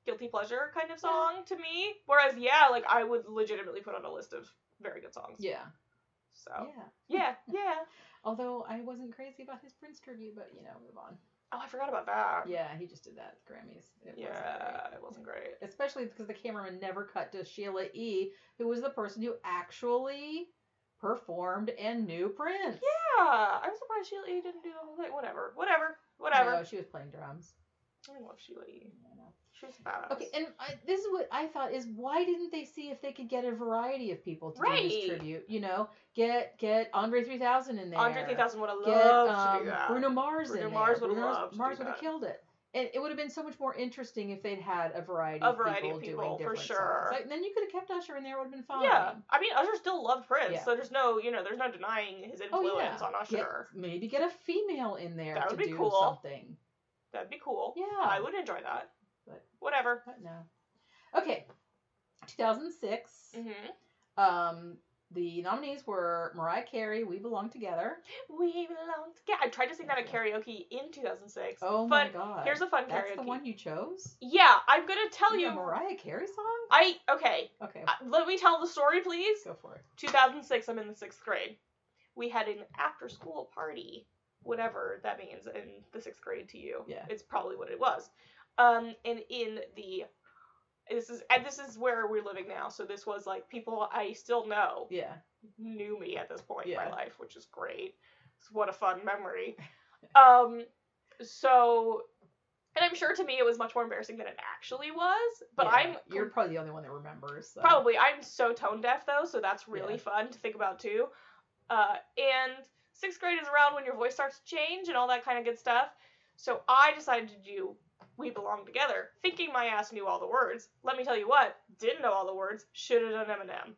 guilty pleasure kind of song to me. Whereas, yeah, like I would legitimately put on a list of very good songs. yeah, So yeah. yeah, [laughs] yeah. Although I wasn't crazy about his Prince tribute, but you know, move on. Oh, I forgot about that. Yeah, he just did that at the Grammys. It wasn't yeah, great. it wasn't great. Especially because the cameraman never cut to Sheila E., who was the person who actually performed and knew Prince. E Yeah, I'm surprised she didn't do the whole thing. Whatever, whatever, whatever. No, she was Oh, playing drums. I love Sheila E. I know. She's badass. Okay, and I, this is what I thought is why didn't they see if they could get a variety of people to do Right. this tribute? You know, get get Andre 3000 in there. Andre 3000 would have Get loved to um, do that. Bruno Mars Bruno in Mars there. would've Bruno loved to do Mars would have that. killed it. And it would have been so much more interesting if they'd had a variety A of variety people of people, doing for different sure. songs. Like, then you could have kept Usher in there; it would have been fine. Yeah, I mean Usher still loved Prince, Yeah. so there's no, you know, there's no denying his Oh influence yeah. on Usher. Get- maybe get a female in there That to would be do cool. something. That'd be cool. Yeah. I would enjoy that. But- Whatever. But no. Okay. 2006. hmm Um, the nominees were Mariah Carey, "We Belong Together." We belong together. I tried to sing that at Okay. karaoke in 2006. Oh but my God! here's a fun That's karaoke. the one you chose. Yeah, I'm gonna tell You you. know Mariah Carey song. I okay. Okay, uh, Let me tell the story, please. go for it. 2006, I'm in the sixth grade. We had an after school party, whatever that means in the sixth grade to you. Yeah. It's probably what it was. Um, and in the this is and this is where we're living now. So this was like people I still know Yeah. knew me at this point in Yeah. my life, which is great. It's what a [laughs] fun memory. Um, so and I'm sure to me it was much more embarrassing than it actually was, but yeah. I'm You're probably the only one that remembers. So. Probably. I'm so tone deaf though, so that's really Yeah. fun to think about too. Uh, and sixth grade is around when your voice starts to change and all that kind of good stuff. So I decided to do "We Belong Together," thinking my ass knew all the words. Let me tell you what, didn't know all the words. Should have done Eminem.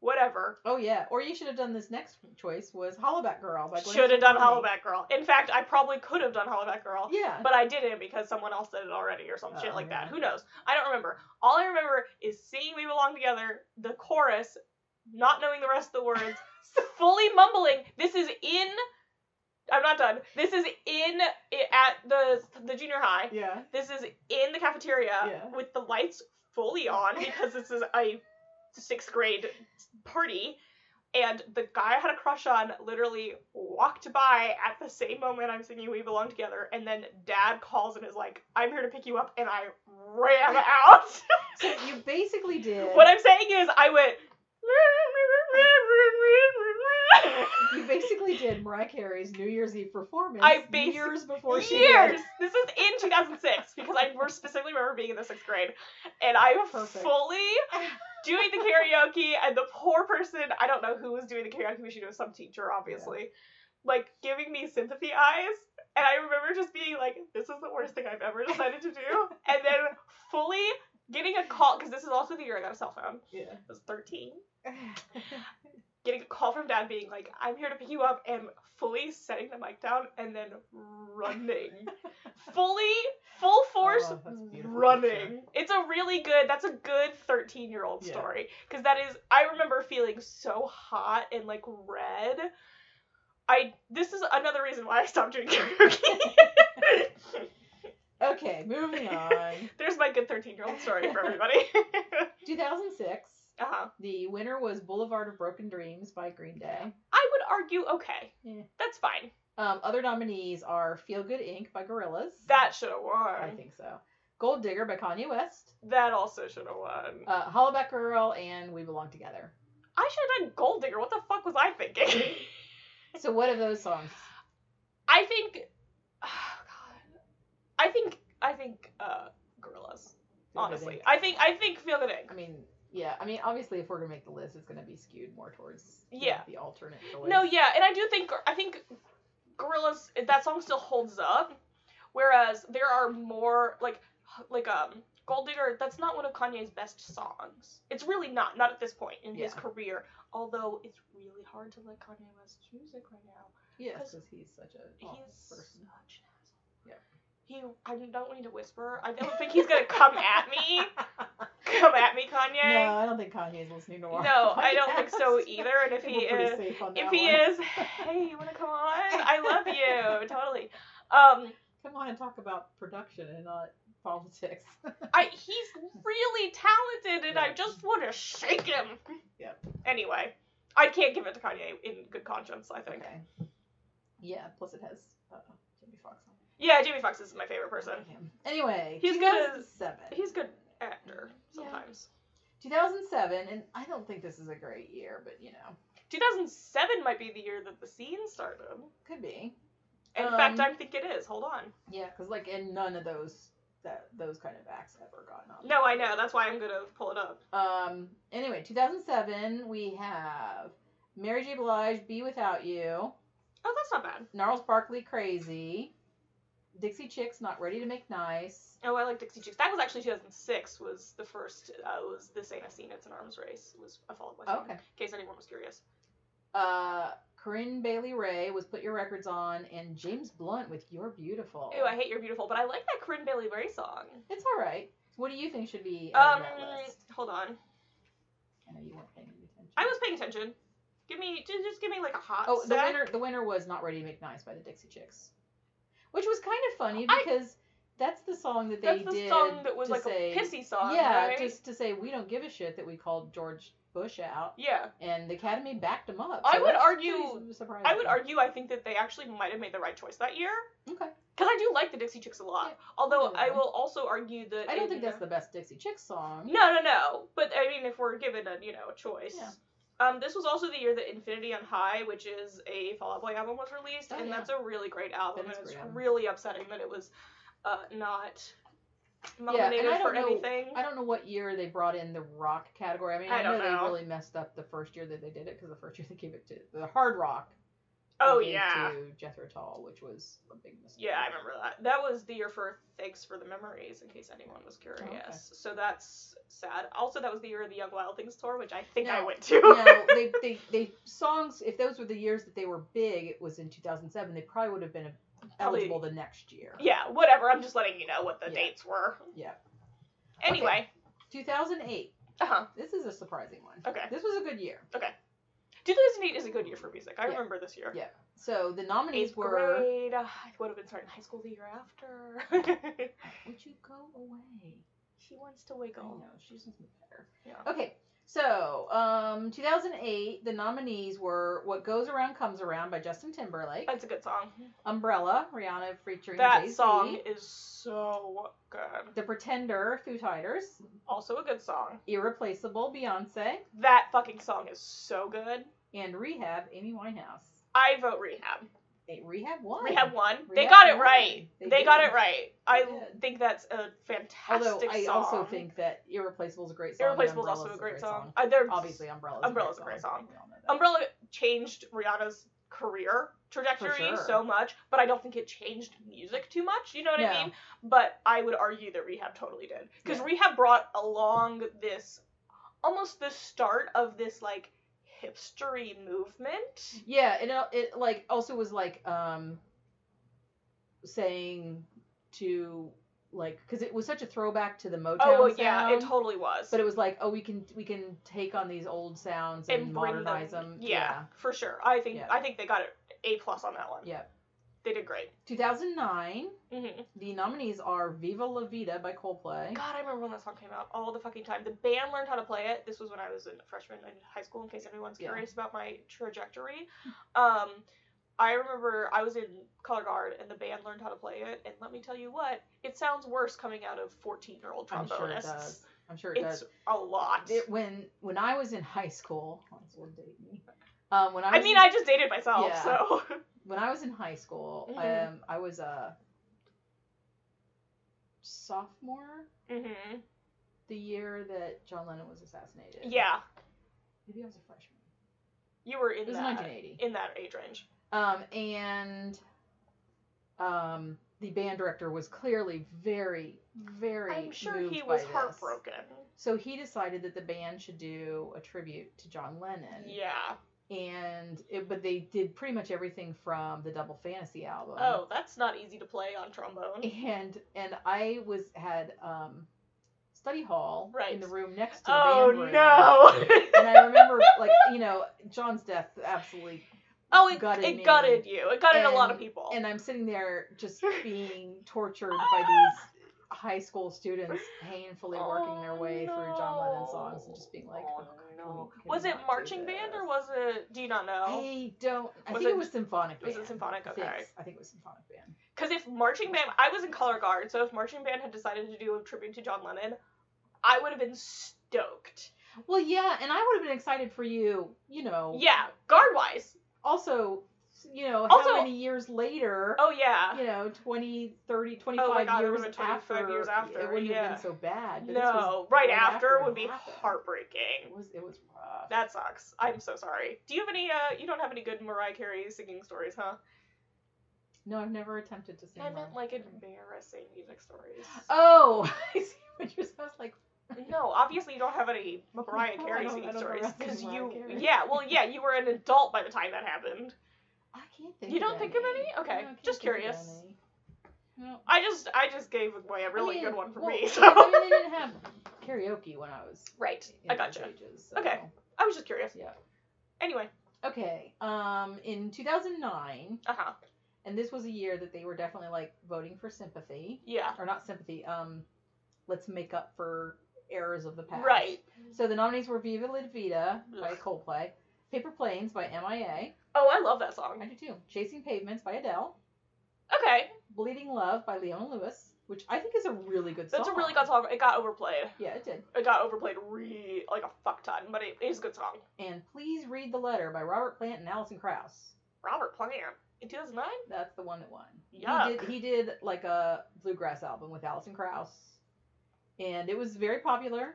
Whatever. Oh yeah. Or you should have done this next choice was Hollaback Girl. by Gwen Should have done Stefani. Hollaback Girl. In fact, I probably could have done Hollaback Girl. Yeah. But I didn't because someone else did it already or some shit Oh, like that. yeah. Who knows? I don't remember. All I remember is seeing We Belong Together, the chorus, not knowing the rest of the words, [laughs] fully mumbling. This is in. I'm not done. This is in at the the junior high. yeah. This is in the cafeteria Yeah. with the lights [laughs] fully on because this is a sixth grade party. And the guy I had a crush on literally walked by at the same moment I'm singing We Belong Together. And then dad calls and is like, I'm here to pick you up. And I [laughs] ran out. So you basically [laughs] did. what I'm saying is, I went. [laughs] [laughs] you basically did Mariah Carey's New Year's Eve performance. I basi- years before she years. did. This was in 2006 because I more specifically remember being in the sixth grade, and I was Perfect. fully doing the karaoke, and the poor person I don't know who was doing the karaoke machine. It was some teacher, obviously, like giving me sympathy eyes. And I remember just being like, "This is the worst thing I've ever decided to do," and then fully getting a call because this is also the year I got a cell phone. I was 13 Yeah. [sighs] getting a call from dad being like, I'm here to pick you up, and fully setting the mic down and then running. fully, full force Oh, that's a beautiful running. It's a really good, that's a good 13 year old Yeah. story. Because that is, I remember feeling so hot and like red. I, this is another reason why I stopped doing karaoke. okay, moving on. [laughs] There's my good 13 year old story for everybody. 2006. uh huh. The winner was Boulevard of Broken Dreams by Green Day. I would argue, okay. Yeah. That's fine. Um, other nominees are Feel Good Inc. by Gorillaz. That should have won. I think so. Gold Digger by Kanye West. That also should have won. Uh, Hollaback Girl and We Belong Together. I should have done Gold Digger. What the fuck was I thinking? [laughs] So what are those songs? I think. [sighs] Oh God. I think. I think. Uh, gorillas. Feel Good [laughs] Honestly, Inc. I think. I think Feel Good Inc. I mean, yeah. I mean, obviously, if we're gonna make the list, it's gonna be skewed more towards you know, Yeah. the alternate choice. No, yeah, and I do think. I think. Gorillas. That song still holds up. Whereas there are more like, like um, Gold Digger. That's not one of Kanye's best songs. It's really not. Not at this point in his Yeah. career. Although it's really hard to like Kanye West's music right now. Yes, 'cause because he's such a He's awful such person. an asshole. Yeah. He, I don't need to whisper. I don't think he's gonna come [laughs] at me. Come at me, No, Kanye. I don't think Kanye's listening to No, our I don't think so podcast. either. And if I think he we're pretty is, safe on if that he one. is, hey, you wanna come on? I [laughs] love you, totally. Um, come on and talk about production and not politics. [laughs] I he's really talented, and I Yeah. just want to shake him. Yep. Anyway, I can't give it to Kanye in good conscience. I think. okay. Yeah. Plus, it has uh, Jimmy Fox on Yeah, Jamie Foxx is my favorite person. him. Anyway, He's good at- 2007. He's a good actor Yeah. sometimes. 2007, and I don't think this is a great year, but you know, 2007 might be the year that the scene started. could be. In Um, fact, I think it is. Hold on. Yeah, because like, and none of those that those kind of acts ever got nominated. No, I know. That's why I'm gonna pull it up. Um. Anyway, 2007, we have Mary J. Blige, "Be Without You," Oh, that's not bad. Gnarls Barkley, "Crazy," Dixie Chicks, "Not Ready to Make Nice." Oh, I like Dixie Chicks. That was actually 2006. Was the first. Uh, was this ain't a scene? It's an arms race. Was a Fall Out Boy song. Okay. In case anyone was curious. Uh, Corinne Bailey Ray was "Put Your Records On," and James Blunt with "You're Beautiful." Ew, I hate You're Beautiful, but I like that Corinne Bailey Ray song. It's all right. What do you think should be on Um, that list? hold on. I know you weren't paying any attention. I was paying attention. Give me ju- just give me like a hot. Oh, the sec. winner the winner was "Not Ready to Make Nice" by the Dixie Chicks, which was kind of funny I- because that's the song that they That's the did song that was to like say, a pissy song. yeah, right? just to say we don't give a shit that we called George Bush out, yeah. and the Academy backed him up. I so would that's argue- pretty surprising. I would argue I think that they actually might have made the right choice that year Okay, because I do like the Dixie Chicks a lot. Although I definitely. will also argue that I don't in- think that's the best Dixie Chicks song. No, no, no. But I mean, if we're given a you know a choice, Yeah. um, this was also the year that Infinity on High, which is a Fall Out Boy album, was released, Oh, and yeah. that's a really great album. That is and it's a great album. really upsetting that it was uh, not and nominated I don't for know- anything. I don't know what year they brought in the rock category. I mean, I I, know, don't know. they really messed up the first year that they did it because the first year they gave it to the hard rock. they oh gave yeah, to Jethro Tull, which was a big mistake. [laughs] yeah, I remember that. That was the year for Thanks for the Memories, in case anyone was Oh, curious. So that's sad. Also, that was the year of the Young Wild Things tour, which I think I Now- went to. now they, they they songs if those were the years that they were big it was in 2007 they probably would have been Probably- eligible the next year [laughs] yeah, whatever. I'm just letting you know what the Yeah. dates were. Yeah. Anyway, 2008 uh huh. this is a surprising one Okay. this was a good year 2008 is a good year for music. I Yeah. remember this year. Yeah. so the nominees Eighth were grade. ah, I would have been starting high school the year after. [laughs] would you go away she wants to I know wiggle. she doesn't better Yeah. okay so um 2008 the nominees were what goes around comes around by justin timberlake That's a good song. umbrella rihanna featuring That Jay-Z, song is so good. the pretender foo fighters Also a good song. irreplaceable beyonce That fucking song is so good. and Rehab, Amy Winehouse. I vote Rehab. They Rehab won. Rehab one. they Rehab got it won. right. They, They got did. it right. I did. think that's a fantastic Although I song. also think that Irreplaceable is a great song. and Irreplaceable is Umbrella's also a great song. Uh, they're- Obviously, Umbrella. Umbrella's a great song. We all know that. Umbrella changed Rihanna's career trajectory sure. so much, but I don't think it changed music too much. You know what I No. mean? But I would argue that Rehab totally did because Yeah. Rehab brought along this almost the start of this like hipstery movement. Yeah, it al- it like also was like um saying to like because it was such a throwback to the Motown. oh well, yeah, it sound, totally was. But it was like, oh, we can we can take on these old sounds and, modernize them. Yeah, for sure. I think Yeah. I think they got it a plus on that one. Yeah. They did great. 2009. hmm The nominees are "Viva La Vida" by Coldplay. God, I remember when that song came out all the fucking time. The band learned how to play it. This was when I was a freshman in high school, in case anyone's Yeah. curious about my trajectory. Um, I remember I was in color guard and the band learned how to play it. And let me tell you what, it sounds worse coming out of 14 year old I'm trombonists. sure it does. I'm sure it does. It's a lot. It- when when I was in high school, this will date me. Um, when I, was I mean, in, I just dated myself, Yeah. so. [laughs] when I was in high school, Mhm. um, I was a sophomore hmm the year that John Lennon was assassinated. Yeah, maybe I was a freshman. you were It in was that 1980. in that age range. Um, and um, the band director was clearly very, very. I'm sure he moved was by this. heartbroken. So he decided that the band should do a tribute to John Lennon. Yeah. and it, but they did pretty much everything from the double fantasy album Oh, that's not easy to play on trombone. and and i was had um study hall Right. in the room next to the Oh band room. no. and i remember [laughs] like you know john's death absolutely Oh, it gutted it me. gutted you. It gutted a lot of And- people. and i'm sitting there just being tortured by these high school students painfully working their Oh, way through john lennon songs and no. just being like Oh, "Oh, no. we Was it cannot do marching band this." or was it? Do you not know? I don't. I Was think it it- was symphonic. it was a band. symphonic, I think- okay. I think it was symphonic band. Because if marching band, I was in color guard, so if marching band had decided to do a tribute to John Lennon, I would have been stoked. Oh. Well, yeah, and I would have been excited for you, you know. Yeah, guard wise. Also, you know, Also- how many years later, Oh yeah. you know, 20, 30, Oh my 25 God, it years, would've been 25 after, years after, it wouldn't have yeah. been so bad. But this was no, right right after, after it would be happened. heartbreaking. It was it was rough. That sucks. I'm so sorry. Do you have any? Uh, you don't have any good Mariah Carey singing stories, huh? no, I've never attempted to sing. I meant Mariah like Carey. embarrassing music stories. Oh, [laughs] I see what you're supposed like. no, obviously you don't have any Mariah No, [laughs] I Carey don't- I singing don't stories remember because Mariah you, Carey. yeah, well, yeah, you were an adult by the time that happened. I can't think. You of don't think of any? No, I Okay, can't just think of curious. any. No. I just, I just gave away a really I mean, good one for well, [laughs] me. So I mean, they didn't have karaoke when I was. right, in I those gotcha. Ages, so. Okay. I was just curious. Yeah. Anyway, Okay. Um, in 2009, uh huh, and this was a year that they were definitely like voting for sympathy, yeah, or not sympathy. Um, let's make up for errors of the past. right. So the nominees were Viva La Vida by Ugh. Coldplay, Paper Planes by MIA, Oh, I love that I song. do too, Chasing Pavements by Adele, Okay, Bleeding Love by Leona Lewis, which I think is a really good song. that's a really good song. It got overplayed. Yeah, it did. It got overplayed re like a fuck ton, but it is a good song. And Please Read the Letter by Robert Plant and Alison Krauss. Robert Plant in 2009. That's the one that won. He Yuck. did, he did like a bluegrass album with Alison Krauss, and it was very popular.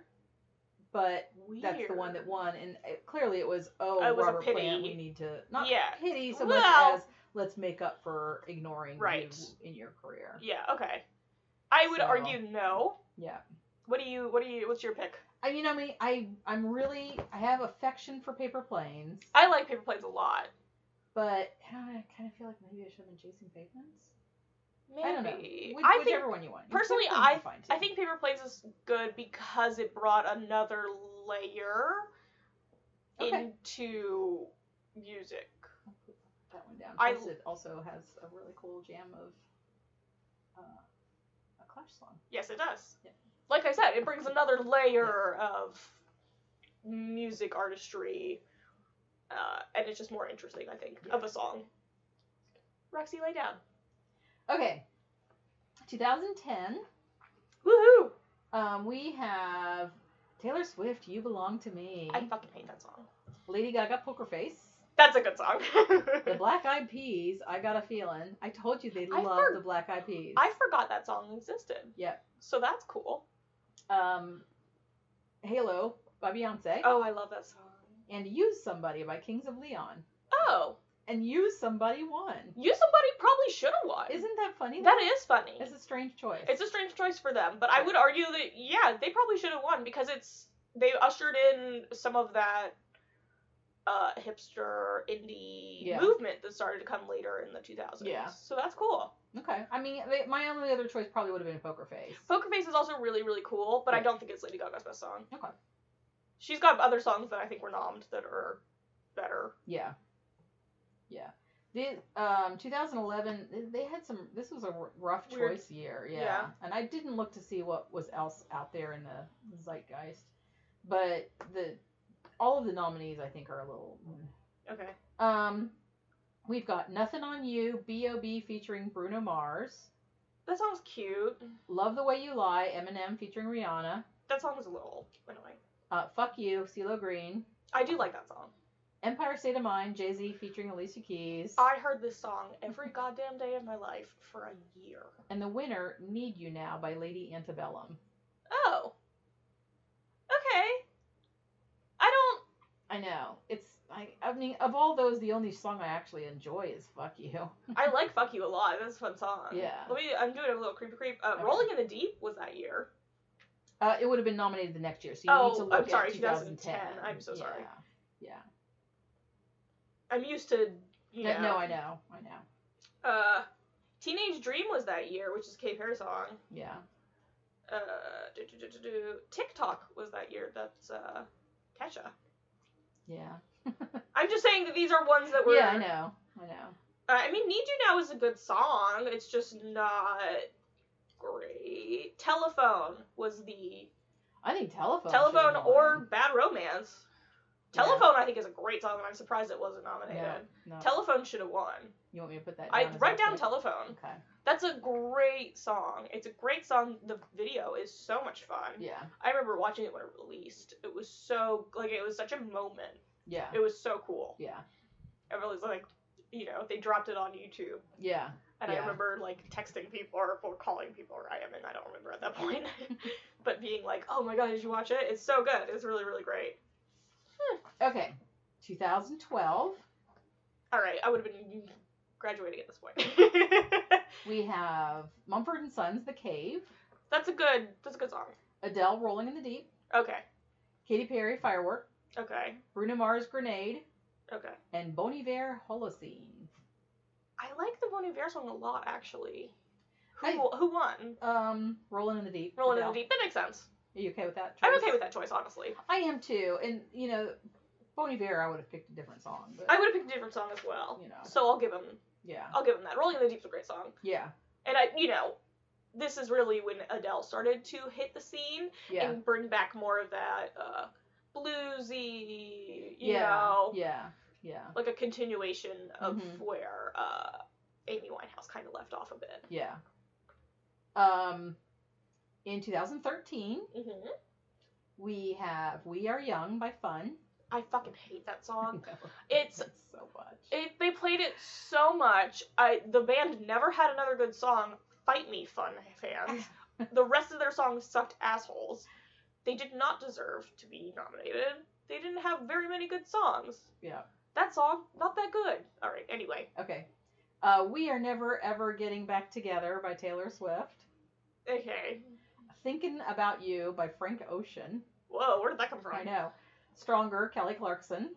But Weird. that's the one that won, and it, clearly it was oh It was a Robert pity. Plant, we need to not Yeah. pity so Well- much as let's make up for ignoring Right. you in your career. Yeah. Okay. I would So- argue no. Yeah. What do you? What do you? What's your pick? I mean, I mean, I I'm really I have affection for Paper Planes, I like paper planes a lot. but I, don't know, I kind of feel like maybe I should have been chasing pavements. Maybe. I don't know. Which, I whichever think. one you want. personally, Paper Planes is fine, too. I think paper planes is good because it brought another layer Okay. into music. I'll put that one down. I- Plus, it also has a really cool jam of uh, a Clash song. Yes, it does. Yeah. Like I said, it brings another layer of music artistry, uh, and it's just more interesting, I think, of a song. Roxy, lay down. Okay, 2010. Woohoo! Um, we have Taylor Swift, "You Belong to Me," I fucking hate that song. Lady Gaga, "Poker Face." That's a good [laughs] song. The Black Eyed Peas, I got a feeling. I told you they I love for- the Black Eyed Peas. I forgot that song existed. Yep. So that's cool. um, Halo by Beyonce, Oh, I love that song. and Use Somebody by Kings of Leon. Oh, And Use Somebody won. you somebody probably should have won. Isn't that funny? that is funny. It's a strange choice. It's a strange choice for them, but I would argue that yeah, they probably should have won because it's they ushered in some of that uh hipster indie Yeah. movement that started to come later in the 2000s. Yeah. So that's cool. okay. I mean, they, my only other choice probably would have been Poker Face. Poker Face is also really really cool, but I Right. don't think it's Lady Gaga's best song. Okay. She's got other songs that I think were nommed that are better. Yeah. Yeah. The um 2011 th- they had some this was a r- rough Weird. choice year, yeah. Yeah. And I didn't look to see what was else out there in the zeitgeist. But the all of the nominees I think are a little Okay. um we've got Nothing on You, BOB featuring Bruno Mars, That song's cute. Love the Way You Lie, Eminem featuring Rihanna, That song is a little annoying. uh, Fuck You, CeeLo Green, I do like that song. Empire State of Mind, Jay-Z featuring Alicia Keys. I heard this song every goddamn day of my life for a year. And the winner, Need You Now by Lady Antebellum. Oh. Okay. I don't. I know. It's I I mean of all those the only song I actually enjoy is Fuck You. [laughs] I like "Fuck You" a lot. That's a fun song. Yeah. Let me. I'm doing a little creepy creep. Uh, Okay. "Rolling in the Deep" was that year. Uh, it would have been nominated the next year, so you need to Oh, look I'm sorry, at 2010. 2010. I'm so sorry. Yeah. I'm used to. You yeah. know, No, I know. I know. Uh, "Teenage Dream" was that year, which is Katy Perry song. Yeah. Uh, do, do, do, do, do. "TikTok" was that year. That's uh, Kesha. Yeah. I'm just saying that these are ones that [laughs] were. Yeah, I know. I know. Uh, I mean, "Need You Now" is a good song. It's just not great. "Telephone" was the I think Telephone. Telephone should've or won. Bad Romance. Yeah. Telephone, I think, is a great song, and I'm surprised it wasn't nominated. No. Telephone should have won. you want me to put that down? I as write our down pick? Telephone. Okay. That's a great song. It's a great song. The video is so much fun. Yeah. I remember watching it when it released. It was so like it was such a moment. Yeah. It was so cool. Yeah. Everyone's like, you know, they dropped it on YouTube. Yeah. And I Yeah. remember like texting people or, or calling people, or I mean, I don't remember at [laughs] that point, [laughs] but being like, oh my god, did you watch it? It's so good. It's really, really great. [laughs] Hmm. Okay. 2012. All right, I would have been graduating at [laughs] this point. [laughs] We have Mumford and Sons, The Cave, that's a good, that's a good song. Adele, Rolling in the Deep, Okay, Katy Perry, Firework, okay, Bruno Mars, Grenade, okay. and Bon Iver, Holocene. I like the Bon Iver song a lot, actually. Who, I- who won? Um, Rolling in the Deep. Rolling in Adele. the Deep. That makes sense. Are you okay with that? I'm choice? okay with that choice, honestly. I am too. And you know, Bon Iver, I would have picked a different song, but I would have picked a different song as well. You know. So I'll give him, yeah, I'll give him that. Rolling in the Deep's a great song. yeah, And I, you know, this is really when Adele started to hit the scene yeah, and bring back more of that uh, bluesy, you yeah, know, yeah, yeah, like a continuation of Mhm. where uh, Amy Winehouse kind of left off a bit. yeah. Um, in 2013, hmm we have "We Are Young" by Fun. I fucking hate that No, [laughs] song. It's so much. it, they played it so much. I the band never had another good song. Fight me, fun [laughs] fans. the rest of their songs sucked assholes. They did not deserve to be nominated. They didn't have very many good songs. Yeah. That song, not that good. All right. Anyway, Okay. Uh, "We Are Never Ever Getting Back Together" by Taylor Swift. okay. "Thinking About You" by Frank Ocean. Whoa, where did that come from? I know. "Stronger" Kelly Clarkson.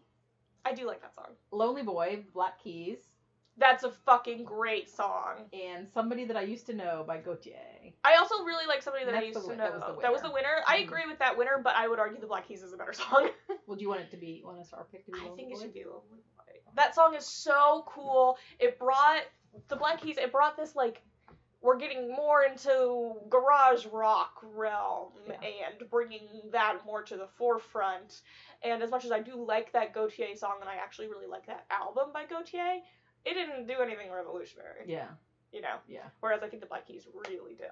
I do like that song. "Lonely Boy" Black Keys. That's a fucking great song. And "Somebody That I Used to Know" by Gautier. I also really like somebody that I That's used the to win- know. that was the the winner. I Mhm. agree with that winner, but I would argue the Black Keys is a better [laughs] song. Well, do you want it to be? Want us our pick to be? I Lonely think it Boy? should be Lonely Boy. That song is so cool. It brought the Black Keys. It brought this like we're getting more into garage rock realm Yeah. and bringing that more to the forefront. And as much as I do like that Gautier song, and I actually really like that album by Gautier, it didn't do anything revolutionary. Yeah, You know. yeah. Whereas I think the Black Keys really did.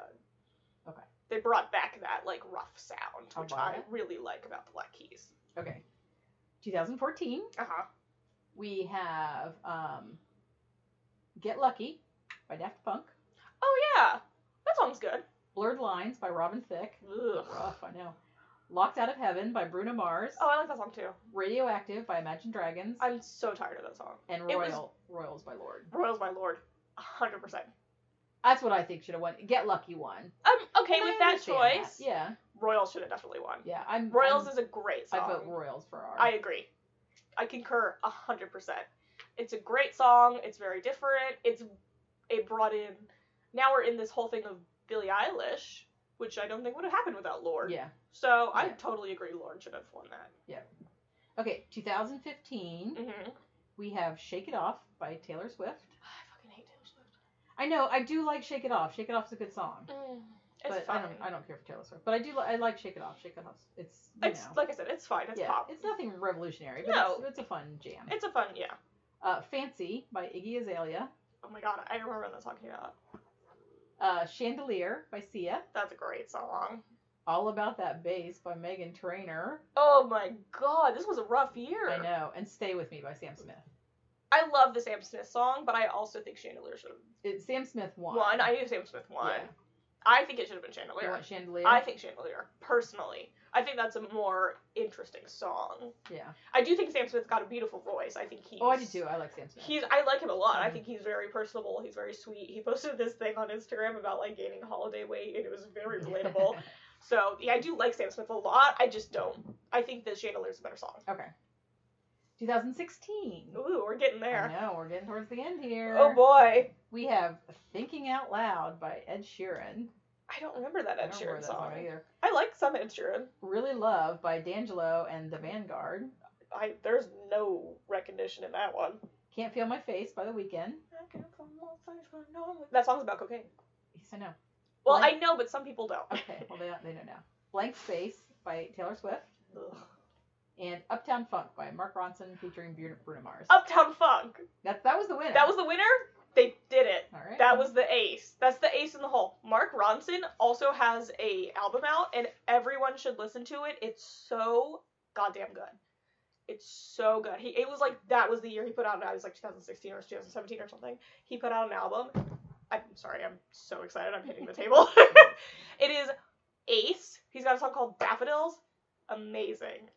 Okay. They brought back that like rough sound, I which buy I it. really like about the Black Keys. Okay. 2014, Uh huh. we have um, "Get Lucky" by Daft Punk, Oh yeah, that song's good. "Blurred Lines" by Robin Thicke. Ugh. Rough, I know. "Locked Out of Heaven" by Bruno Mars. Oh, I like that song too. "Radioactive" by Imagine Dragons. I'm so tired of that song. and it "Royal" was- Royals by Lord. Royals, my lord, hundred percent. That's what I think should have won. "Get Lucky" won. I'm Um, okay And with I that understand choice. that. Yeah, Royals should have definitely won. yeah. I'm Royals I'm- is a great I song. vote Royals for our. I agree. I concur hundred percent. It's a great song. It's very different. It's it brought in. Now we're in this whole thing of Billie Eilish, which I don't think would have happened without Lord. yeah. So I Yeah. totally agree. Lord should have won that. Okay, 2015, [sighs] hmm I we have "Shake It Off" by Taylor Swift. fucking hate Taylor Swift. I know. I do like "Shake It Off." "Shake It Off's a good song, Mm. It's but fine. I don't. I don't care for Taylor Swift. But I do. Li- I like "Shake It Off." "Shake It Off." It's you it's know. like I said. It's fine. It's yeah, pop. it's nothing revolutionary, but No. it's, it's a fun jam. It's a fun. Yeah. Uh, "Fancy" by Iggy Azalea. Oh my god, I remember that talking about. Uh, "Chandelier" by Sia. That's a great song. "All About That Bass" by Megan Trainor. Oh my god, this was a rough year. I know. And "Stay with Me" by Sam Smith. I love the Sam Smith song, but I also think Chandelier should have It, Sam Smith won. won. I knew Sam Smith won. Yeah. I think it should have been You Chandelier. want "Chandelier"? I think Chandelier, personally. I think that's a more interesting song. yeah. I do think Sam Smith's got a beautiful voice. I Mm-hmm. think he's Oh, I do too. I like Sam Smith. He's I like him a lot. I Mhm. think he's very personable. He's very sweet. He posted this thing on Instagram about like gaining holiday weight and it was very relatable. [laughs] so yeah, I do like Sam Smith a lot. I just don't I think that Chandelier's a better song. okay. 2016. Ooh, we're getting I there. know we're getting towards the end here. Oh boy. We have "Thinking Out Loud" by Ed Sheeran. I don't remember that Ed I don't remember Sheeran that song song. either. I like some Ed Sheeran. "Really Love" by D'Angelo and the Vanguard. I there's no recognition in that one. "Can't Feel My Face" by The Weeknd. That song's about cocaine. Yes, I know. Well, Like- I know, but some people don't. Okay, well they don't, they don't know. "Blank Space" by Taylor Swift Ugh. and "Uptown Funk" by Mark Ronson featuring Bru- Bruno Mars. Uptown Funk. that that was the winner. Oh. That was the winner. They did it. all right. That was the ace. That's the ace in the hole. Mark Ronson also has a album out, and everyone should listen to it. It's so goddamn good. It's so good. He it was like that was the year he put out an album. It was like 2016 or 2017 or something. He put out an album. I'm sorry, I'm so excited. I'm hitting the table. [laughs] it is Ace. He's got a song called Daffodils. Amazing.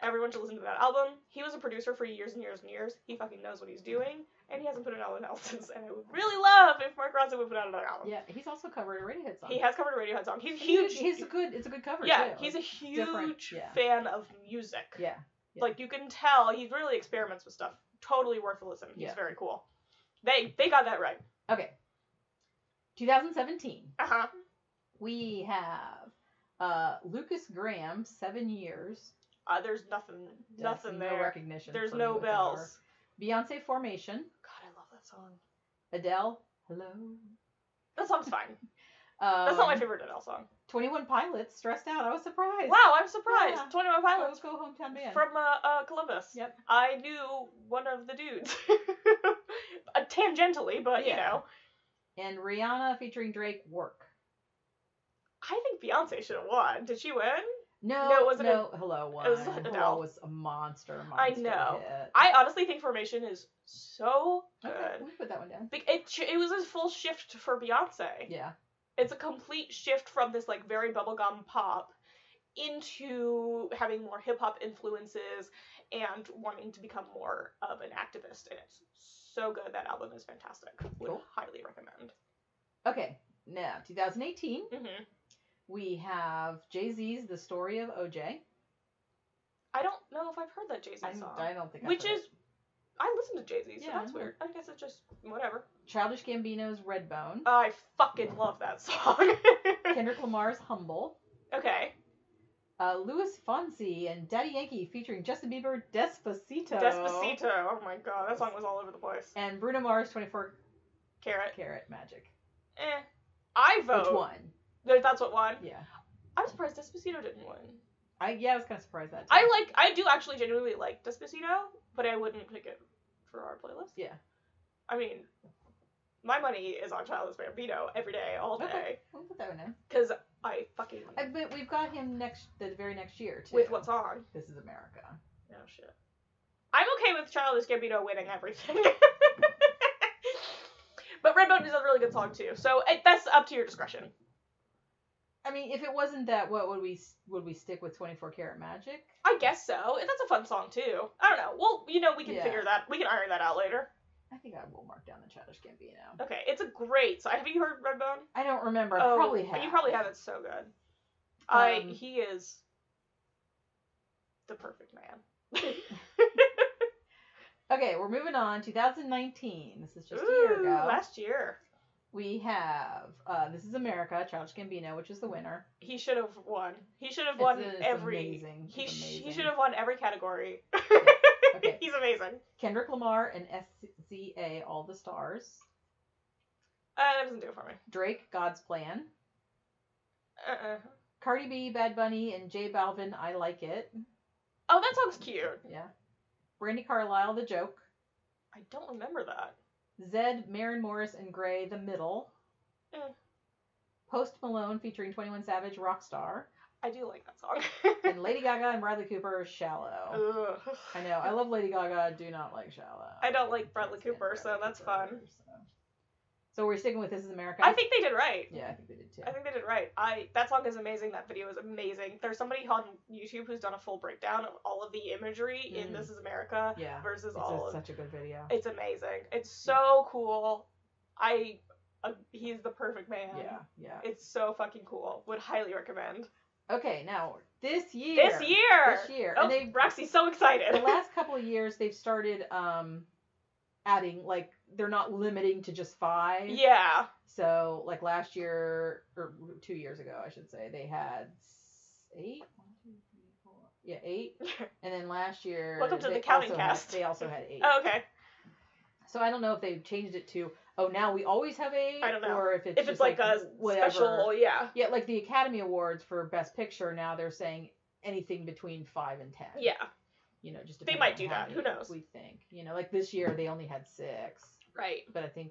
Everyone should listen to that album. He was a producer for years and years and years. He fucking knows what he's doing, and he hasn't put an album out since. And I would really love if Mark Ronson would put out another album. Yeah, he's also covered a Radiohead song. He has covered a Radiohead song. He's He's a- huge. He's a good. It's a good cover. yeah, too. he's a different- huge yeah. fan of music. yeah. Yeah. Like you can tell, he really experiments with stuff. Totally worth a listen. He's Yeah. very cool. They they got that right. Okay. 2017. Uh huh. We have uh, Lucas Graham, seven years. Uh, there's nothing That's nothing no there. recognition. There's for no me whatsoever. bells. Beyonce Formation. God, I love that song. Adele. Hello. Um, That song's fine. That's not my favorite Adele song. 21 Pilots. Stressed out. I was surprised. Wow, I'm surprised. Yeah. Twenty One Let's Pilots go hometown band. from uh, uh, Columbus. Yep. I knew one of the dudes, [laughs] uh, tangentially, but you Yeah. know, and Rihanna featuring Drake. Work. I think Beyonce should have won. Did she win? No, No, no, it wasn't Hello won. it was Adele. Hello was a monster, monster I know. hit. I honestly think Formation is so good. Okay, we put that one down. Be- It ch- it was a full shift for Beyonce. Yeah. It's a complete shift from this like very bubblegum pop into having more hip hop influences and wanting to become more of an activist and it's so good that album is fantastic. Would Cool. highly recommend. Okay. Now, 2018, hmm we have Jay Z's The Story of OJ. I don't know if I've heard that Jay Z I, song. I don't think I Which put it. is I listen to Jay Z, so Yeah, I that's know. weird. I guess it's just whatever. Childish Gambino's Redbone, [laughs] I fucking love that song. [laughs] Kendrick Lamar's Humble, okay. uh, Louis Fonsi and Daddy Yankee featuring Justin Bieber Despacito, Despacito. Oh my god, that song was all over the place. and Bruno Mars 24 Carrot. Karat Magic. Eh. I vote. Which one? No, That's what won. Yeah. I'm surprised Despacito didn't win. I yeah, I was kind of surprised that. I like. I do actually genuinely like Despacito, but I wouldn't pick it for our playlist. Yeah. I mean, my money is on Childish Bambino every day, all Okay. day, We'll put that one in. because I fucking I, but we've got him next, the very next year too. with what's on. This is America. Oh shit. I'm okay with Childish Gambino winning everything. [laughs] but Redbone is a really good song too, so it, that's up to your discretion. I mean, if it wasn't that, what would we would we stick with 24 Karat Magic? I guess so. And That's a fun song too. I don't know. Well, you know, we can Yeah. figure that. We can iron that out later. I think I will mark down the Childish Gambino. Okay, it's a great. So have you heard Redbone? I don't remember. I probably have. Oh, You probably have. It's so good. I Um, he is the perfect man. Okay, we're moving on. 2019. This is [laughs] just a year Ooh, ago. last year We have uh, This is America, Childish Gambino, which is the winner. he should have won. He should have It's- won it's every. amazing. He It's sh- he amazing. should have won every category. Okay, [laughs] He's amazing. Kendrick Lamar and SZA, All the Stars. Uh, that doesn't do it for me. Drake, God's Plan. Uh-uh. Cardi B, Bad Bunny, and J Balvin, I Like It. Oh, that song's cute. Yeah. Brandy Carlisle, The Joke. I don't remember that. Zed, Maren Morris, and Gray, The Middle. Eh. Post Malone featuring 21 Savage, Rockstar. I do like that [laughs] song. And Lady Gaga and Bradley Cooper, Shallow. [laughs] Ugh. I know. I love Lady Gaga. I do not like Shallow. I don't like Bradley Can't stand Cooper, so Bradley that's Cooper, fun. so. So we're sticking with This Is America. I think they did right. Yeah, I think they did too. I think they did right. I that song is amazing. That video is amazing. There's somebody on YouTube who's done a full breakdown of all of the imagery in Mm. This Is America yeah, versus it's all a, of. such a good video. It's amazing. It's so cool. I uh, he's the perfect man. Yeah, yeah. It's so fucking cool. Would highly recommend. Okay, now this year. This year. This year, Oh, and they Roxy's so excited. the last couple of years they've started um adding like they're not limiting to just five. [laughs] yeah. So like last year or two years ago, I should say, they had s- eight. One, two, three, four. Yeah, [laughs] eight. And then last year, Welcome to they the counting also had- cast. they also had eight. Oh, okay. So I don't know if they've changed it to oh now we always have eight. I don't know. Or if it's If just it's like, a whatever. special, yeah. Yeah, like the Academy Awards for Best Picture now they're saying anything between five and ten. Yeah. You know, just They depending might on do how many that. Who knows? We think you know like this year they only had six, Right. but I think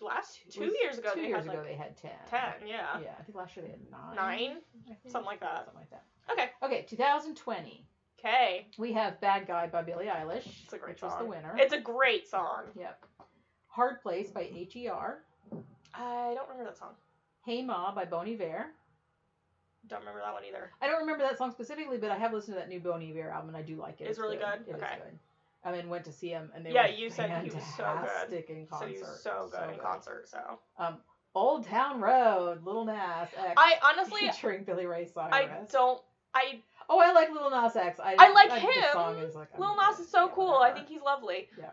Last it two was- years ago two they years had ago like they had ten. ten. Yeah. Yeah, I think last year they had nine. Nine. I think. Something like that. Something like that. Okay. Okay, 2020. Okay. We have Bad Guy by Billie Eilish, It's a great which was the song. winner. It's a great song. Yep. Hard Place by H.E.R. I don't remember that song. Hey Ma by Bon Iver. Don't remember that one either. I don't remember that song specifically, but I have listened to that new Bon Iver album and I do like it. It's really good? It is Okay. good. I mean, went to see him and they Yeah, were you said he was so good. fantastic in concert. so he was so good in concert. So [laughs] Um, Old Town Road, Little Nas X. I honestly, featuring Billy Ray Cyrus. I don't. I Oh, I like Little Nas X. I, I like This him. song is like, I Lil mean, Nas is so yeah, cool. I whatever. think he's lovely. Yeah.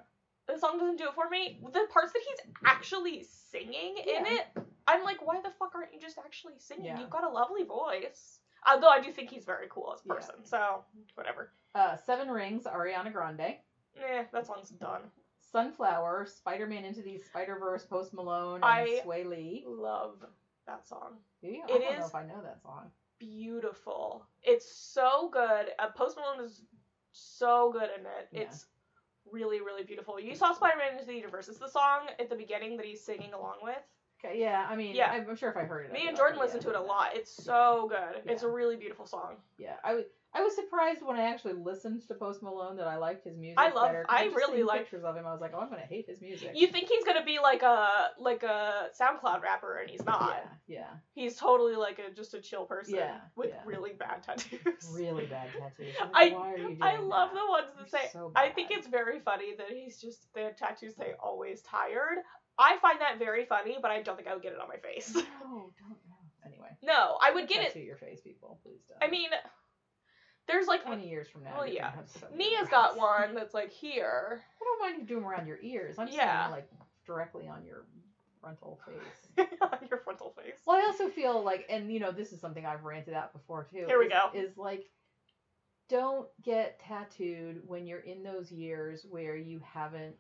The song doesn't do it for me. The parts that he's actually singing in Yeah. it, I'm like, why the fuck aren't you just actually singing? Yeah. You've got a lovely voice. Although I do think he's very cool as a Yeah. person. So whatever. uh, Seven Rings, Ariana Grande. Eh, that song's done. Sunflower, Spider Man Into the Spider Verse, Post Malone, and I- Sway Lee. Love that song. Maybe, I It don't know is- if I know that song. Beautiful. It's so good. Uh, Post Malone is so good in it. Yeah. It's really really beautiful. You saw Spider Man into the Universe. It's the song at the beginning that he's singing along with. Okay, yeah, I mean, Yeah. I'm sure if I heard it. I Me would, and Jordan but yeah. listen to it a lot. It's so good. It's a Yeah. really beautiful song. Yeah, I was I was surprised when I actually listened to Post Malone that I liked his music. I love- better, 'cause I just really seen like- pictures of him. I was like, oh, I'm gonna hate his music. You think he's gonna be like a like a SoundCloud rapper, and he's not. yeah, yeah, He's totally like a just a chill person Yeah, with yeah. really bad [laughs] tattoos. really bad tattoos. Like, [laughs] I- why are you doing I love that? the ones that They're say. so I think bad. it's very funny that he's just the tattoos say always tired. I find that very funny, but I don't think I would get it on my face. [laughs] No, don't know. Anyway, no, I would get tattoo it. your face, people. Please don't. I mean, there's like 20 years from now. Well, you're gonna yeah. have so many Mia's regrets. got one that's like here. [laughs] I don't mind you doing around your ears. I'm just Yeah. saying, like, directly on your frontal face. on your frontal face. Well, I also feel like, and you know, this is something I've ranted out before too. Here we is- go. Is like, don't get tattooed when you're in those years where you haven't.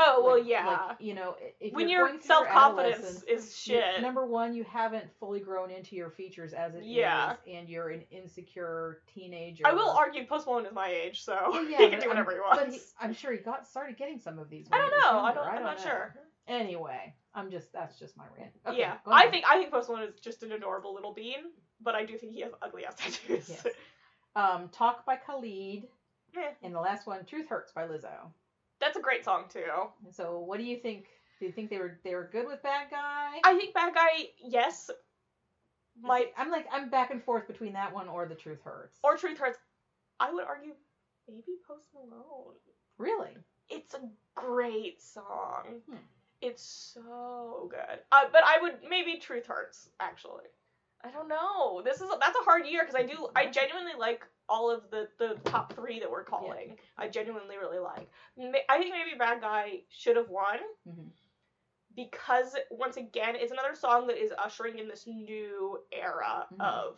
Oh well, like- yeah. Like, you know, i- if when you're your going through your self confidence adolescence, is you- shit. Number one, you haven't fully grown into your features as it is, Yeah. and you're an insecure teenager. I will argue Post Malone is my age, so Well, [laughs] yeah, he can but do whatever he I'm- wants. But he, I'm sure he got started getting some of these. I when don't he was know. I younger. don't. I'm not know. sure. Anyway, I'm just that's just my rant. Okay, yeah, go I ahead. think I think Post Malone is just an adorable little bean, but I do think he has ugly ass [laughs] tattoos. Yes. Um, Talk by Khalid. Eh, And the last one, Truth Hurts by Lizzo. That's a great song too. And so, what do you think? Do you think they were they were good with Bad Guy? I think Bad Guy, yes, might I'm like I'm back and forth between that one or the Truth Hurts. or Truth Hurts. I would argue maybe Post Malone. really? It's a great song. Hmm. It's so good. Uh, but I would maybe Truth Hurts actually. I don't know. This is that's a hard year because I do I genuinely like all of the the top three that we're calling. I genuinely really like. Ma- I think maybe Bad Guy should have won Mhm. because once again it's another song that is ushering in this new era Mhm. of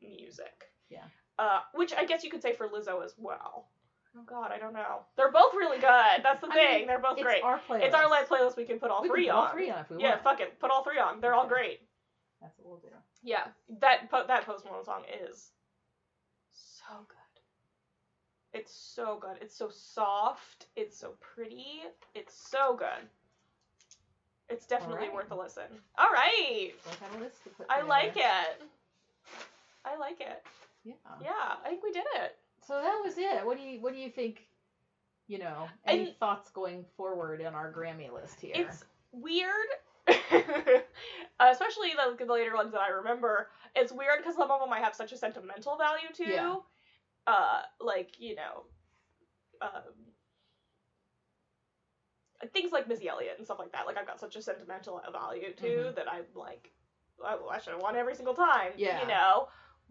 music. Yeah. Uh, which I guess you could say for Lizzo as well. Oh God, I don't know. They're both really good. That's the I thing. mean, They're both it's great. our playlist. It's our live playlist. We can put all We can three put on. All three on if we yeah, want. fuck it. Put all three on. They're all Okay. great. That's what we'll do. Yeah, that po- that Post Malone song is so good. It's so good. It's so soft. It's so pretty. It's so good. It's definitely Alright. worth a listen. All right, So I got a list to put. I together. like it. I like it. Yeah. Yeah, I think we did it. So that was it. What do you What do you think? You know, any And- thoughts going forward on our Grammy list here? It's weird, [laughs] especially the, the later ones that I remember. It's weird because some of them I have such a sentimental value to. Yeah. Uh, like you know, um, things like Missy Elliott and stuff like that. Like I've got such a sentimental value to Mhm. that I'm like, I, I should have won every single time. Yeah. You know.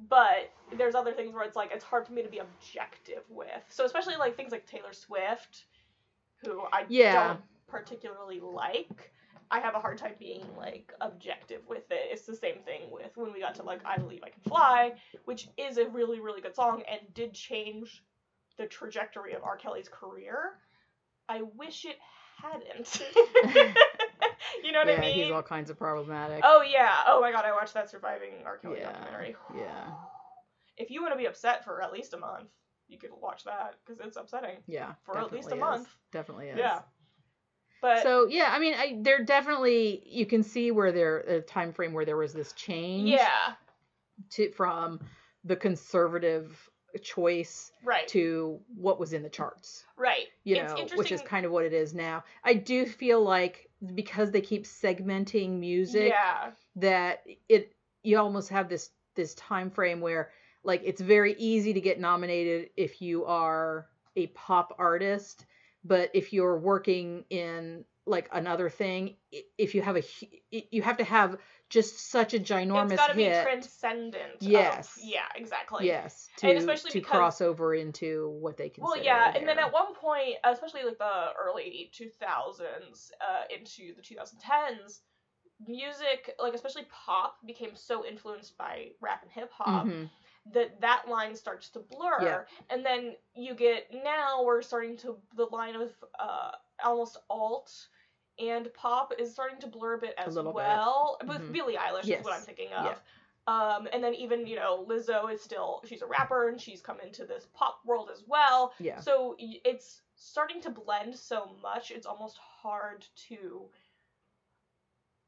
But there's other things where it's like it's hard for me to be objective with. So especially like things like Taylor Swift, who I Yeah. don't particularly like. I have a hard time being like objective with it. It's the same thing with when we got to like I Believe I Can Fly, which is a really really good song and did change the trajectory of R. Kelly's career. I wish it [laughs] hadn't. [laughs] you know what I mean? kinds of problematic. oh yeah. Oh my god, I watched that Surviving R. Kelly Yeah. documentary. Yeah. If you want to be upset for at least a month, you could watch that because it's upsetting Yeah. for at least a month. Definitely Yeah. But so yeah, I mean, I, there definitely you can see where there a time frame where there was this change yeah, to, from the conservative choice Right. to what was in the charts right. you it's know, interesting. which is kind of what it is now. I do feel like because they keep segmenting music Yeah. that it you almost have this this time frame where like it's very easy to get nominated if you are a pop artist, but if you're working in like another thing, i- if you have a hu- i- you have to have just such a ginormous it's got to be hit. transcendent. of- Yes. yeah. Exactly. yes, to, and especially to because- cross over into what they consider. Well, yeah, and then their- at one point, especially like the early 2000s uh, into the 2010s, music, like especially pop, became so influenced by rap and hip hop Mhm. that that line starts to blur. Yeah. And then you get now we're starting to the line of uh, almost alt and pop is starting to blur a bit as little bit. well. With Mhm. Billie Eilish is what Yes. I'm thinking of. Yeah. Um, and then even you know Lizzo is still she's a rapper and she's come into this pop world as well. yeah, So y- it's starting to blend so much. It's almost hard to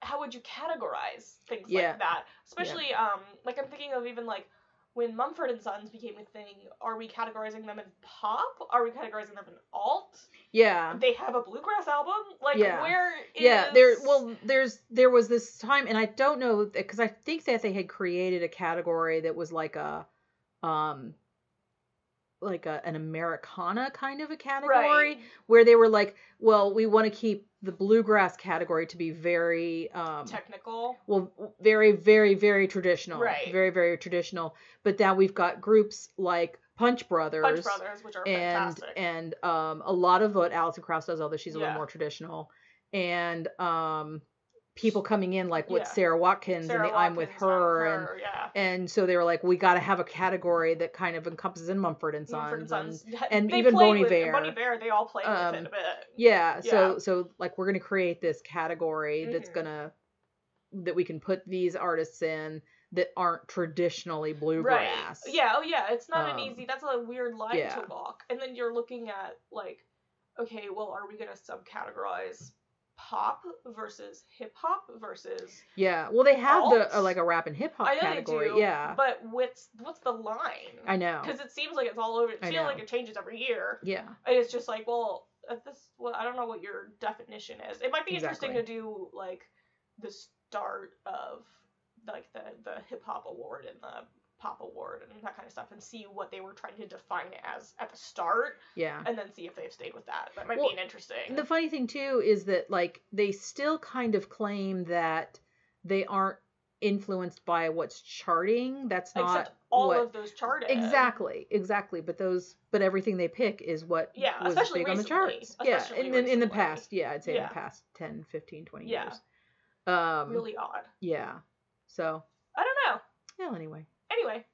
how would you categorize things Yeah. like that? Especially um like I'm thinking of even like when Mumford and Sons became a thing, are we categorizing them in pop? Are we categorizing them in alt? yeah. They have a bluegrass album? Like Yeah. where is yeah there well there's there was this time and i don't know because i think that they had created a category that was like a um like a, an americana kind of a category right. where they were like well we want to keep the bluegrass category to be very um technical. well very very very traditional Right. very very traditional but now we've got groups like punch brothers Punch Brothers, which are and fantastic. and um a lot of what Alison Krauss does, although she's a Yeah. little more traditional, and um people coming in like with Yeah. Sarah Watkins Sarah and the I'm with Watkins, her, her, yeah. and and so they were like, we got to have a category that kind of encompasses in Mumford and Sons, Mumford and Sons. and They even play Bon with- Iver. Bon Iver, they all play Um, with it a bit. yeah, so so like we're gonna create this category that's Mhm. gonna that we can put these artists in that aren't traditionally bluegrass. Right. Yeah. Oh, yeah. It's not Um, an easy. That's a weird line yeah. to walk. And then you're looking at like, okay, well, are we gonna subcategorize pop versus hip hop versus? yeah. Well, they have the uh, Alt? like a rap and hip hop I know category. they do. Yeah, But what's what's the line? I know. Because it seems like it's all over. It I feels like know. it changes every year, Yeah. and it's just like, well, at this, well, I don't know what your definition is. It might be interesting to Exactly. do like the start of like the the hip hop award and the pop award and that kind of stuff, and see what they were trying to define it as at the start, Yeah. and then see if they've stayed with that. That might Well, be an interesting. The funny thing too is that like they still kind of claim that they aren't influenced by what's charting. That's not Except all what- of those charted. exactly exactly. But those but everything they pick is what Yeah, was especially big on the recently. charts. Yeah, Especially and then in the recently. past, yeah, I'd say in Yeah. the past 10, 15, 20 Yeah. years. Um, Really odd. yeah. So I don't know. yeah. Anyway, Anyway,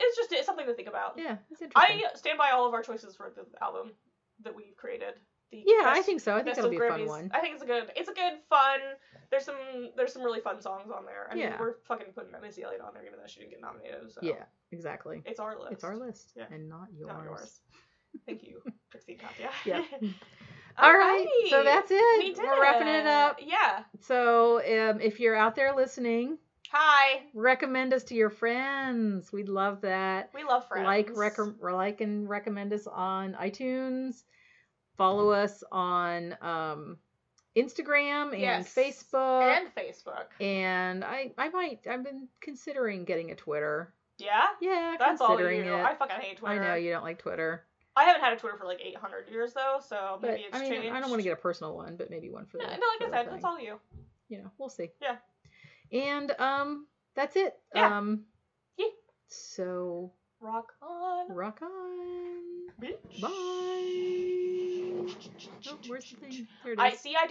it's just it's something to think about. yeah, it's interesting. I uh, stand by all of our choices for the album that we've created. The yeah, I best- think so. I think Best that'll of be a fun Grammys. one. I think it's a good. It's a good fun. There's some. There's some really fun songs on there. I mean, Yeah. we're fucking putting Missy Elliott on there, even though she didn't get nominated. So Yeah, exactly. it's our list. It's our list Yeah. and not yours. not yours. Thank [laughs] you, Trixie and Katya. [laughs] Yeah. [laughs] All right. So that's it. We did We're wrapping it up. Yeah. So, um, if you're out there listening, Hi. recommend us to your friends. We'd love that. We love friends. Like, rec- like, and recommend us on iTunes. Follow us on um, Instagram and Yes. Facebook. and Facebook. And I, I might, I've been considering getting a Twitter. Yeah. Yeah, That's all you. considering I it. fucking hate I Twitter. know you don't like Twitter, I haven't had a Twitter for like 800 years though, so but maybe it's I mean, changed. I don't want to get a personal one, but maybe one for No, the. no, for like I the said, thing. that's all you. you know, we'll see. Yeah. And um that's it. Yeah. Um Yeah. so Rock on, rock on. bitch. Bye. Oh, where's the thing? Here it is. I see. I do.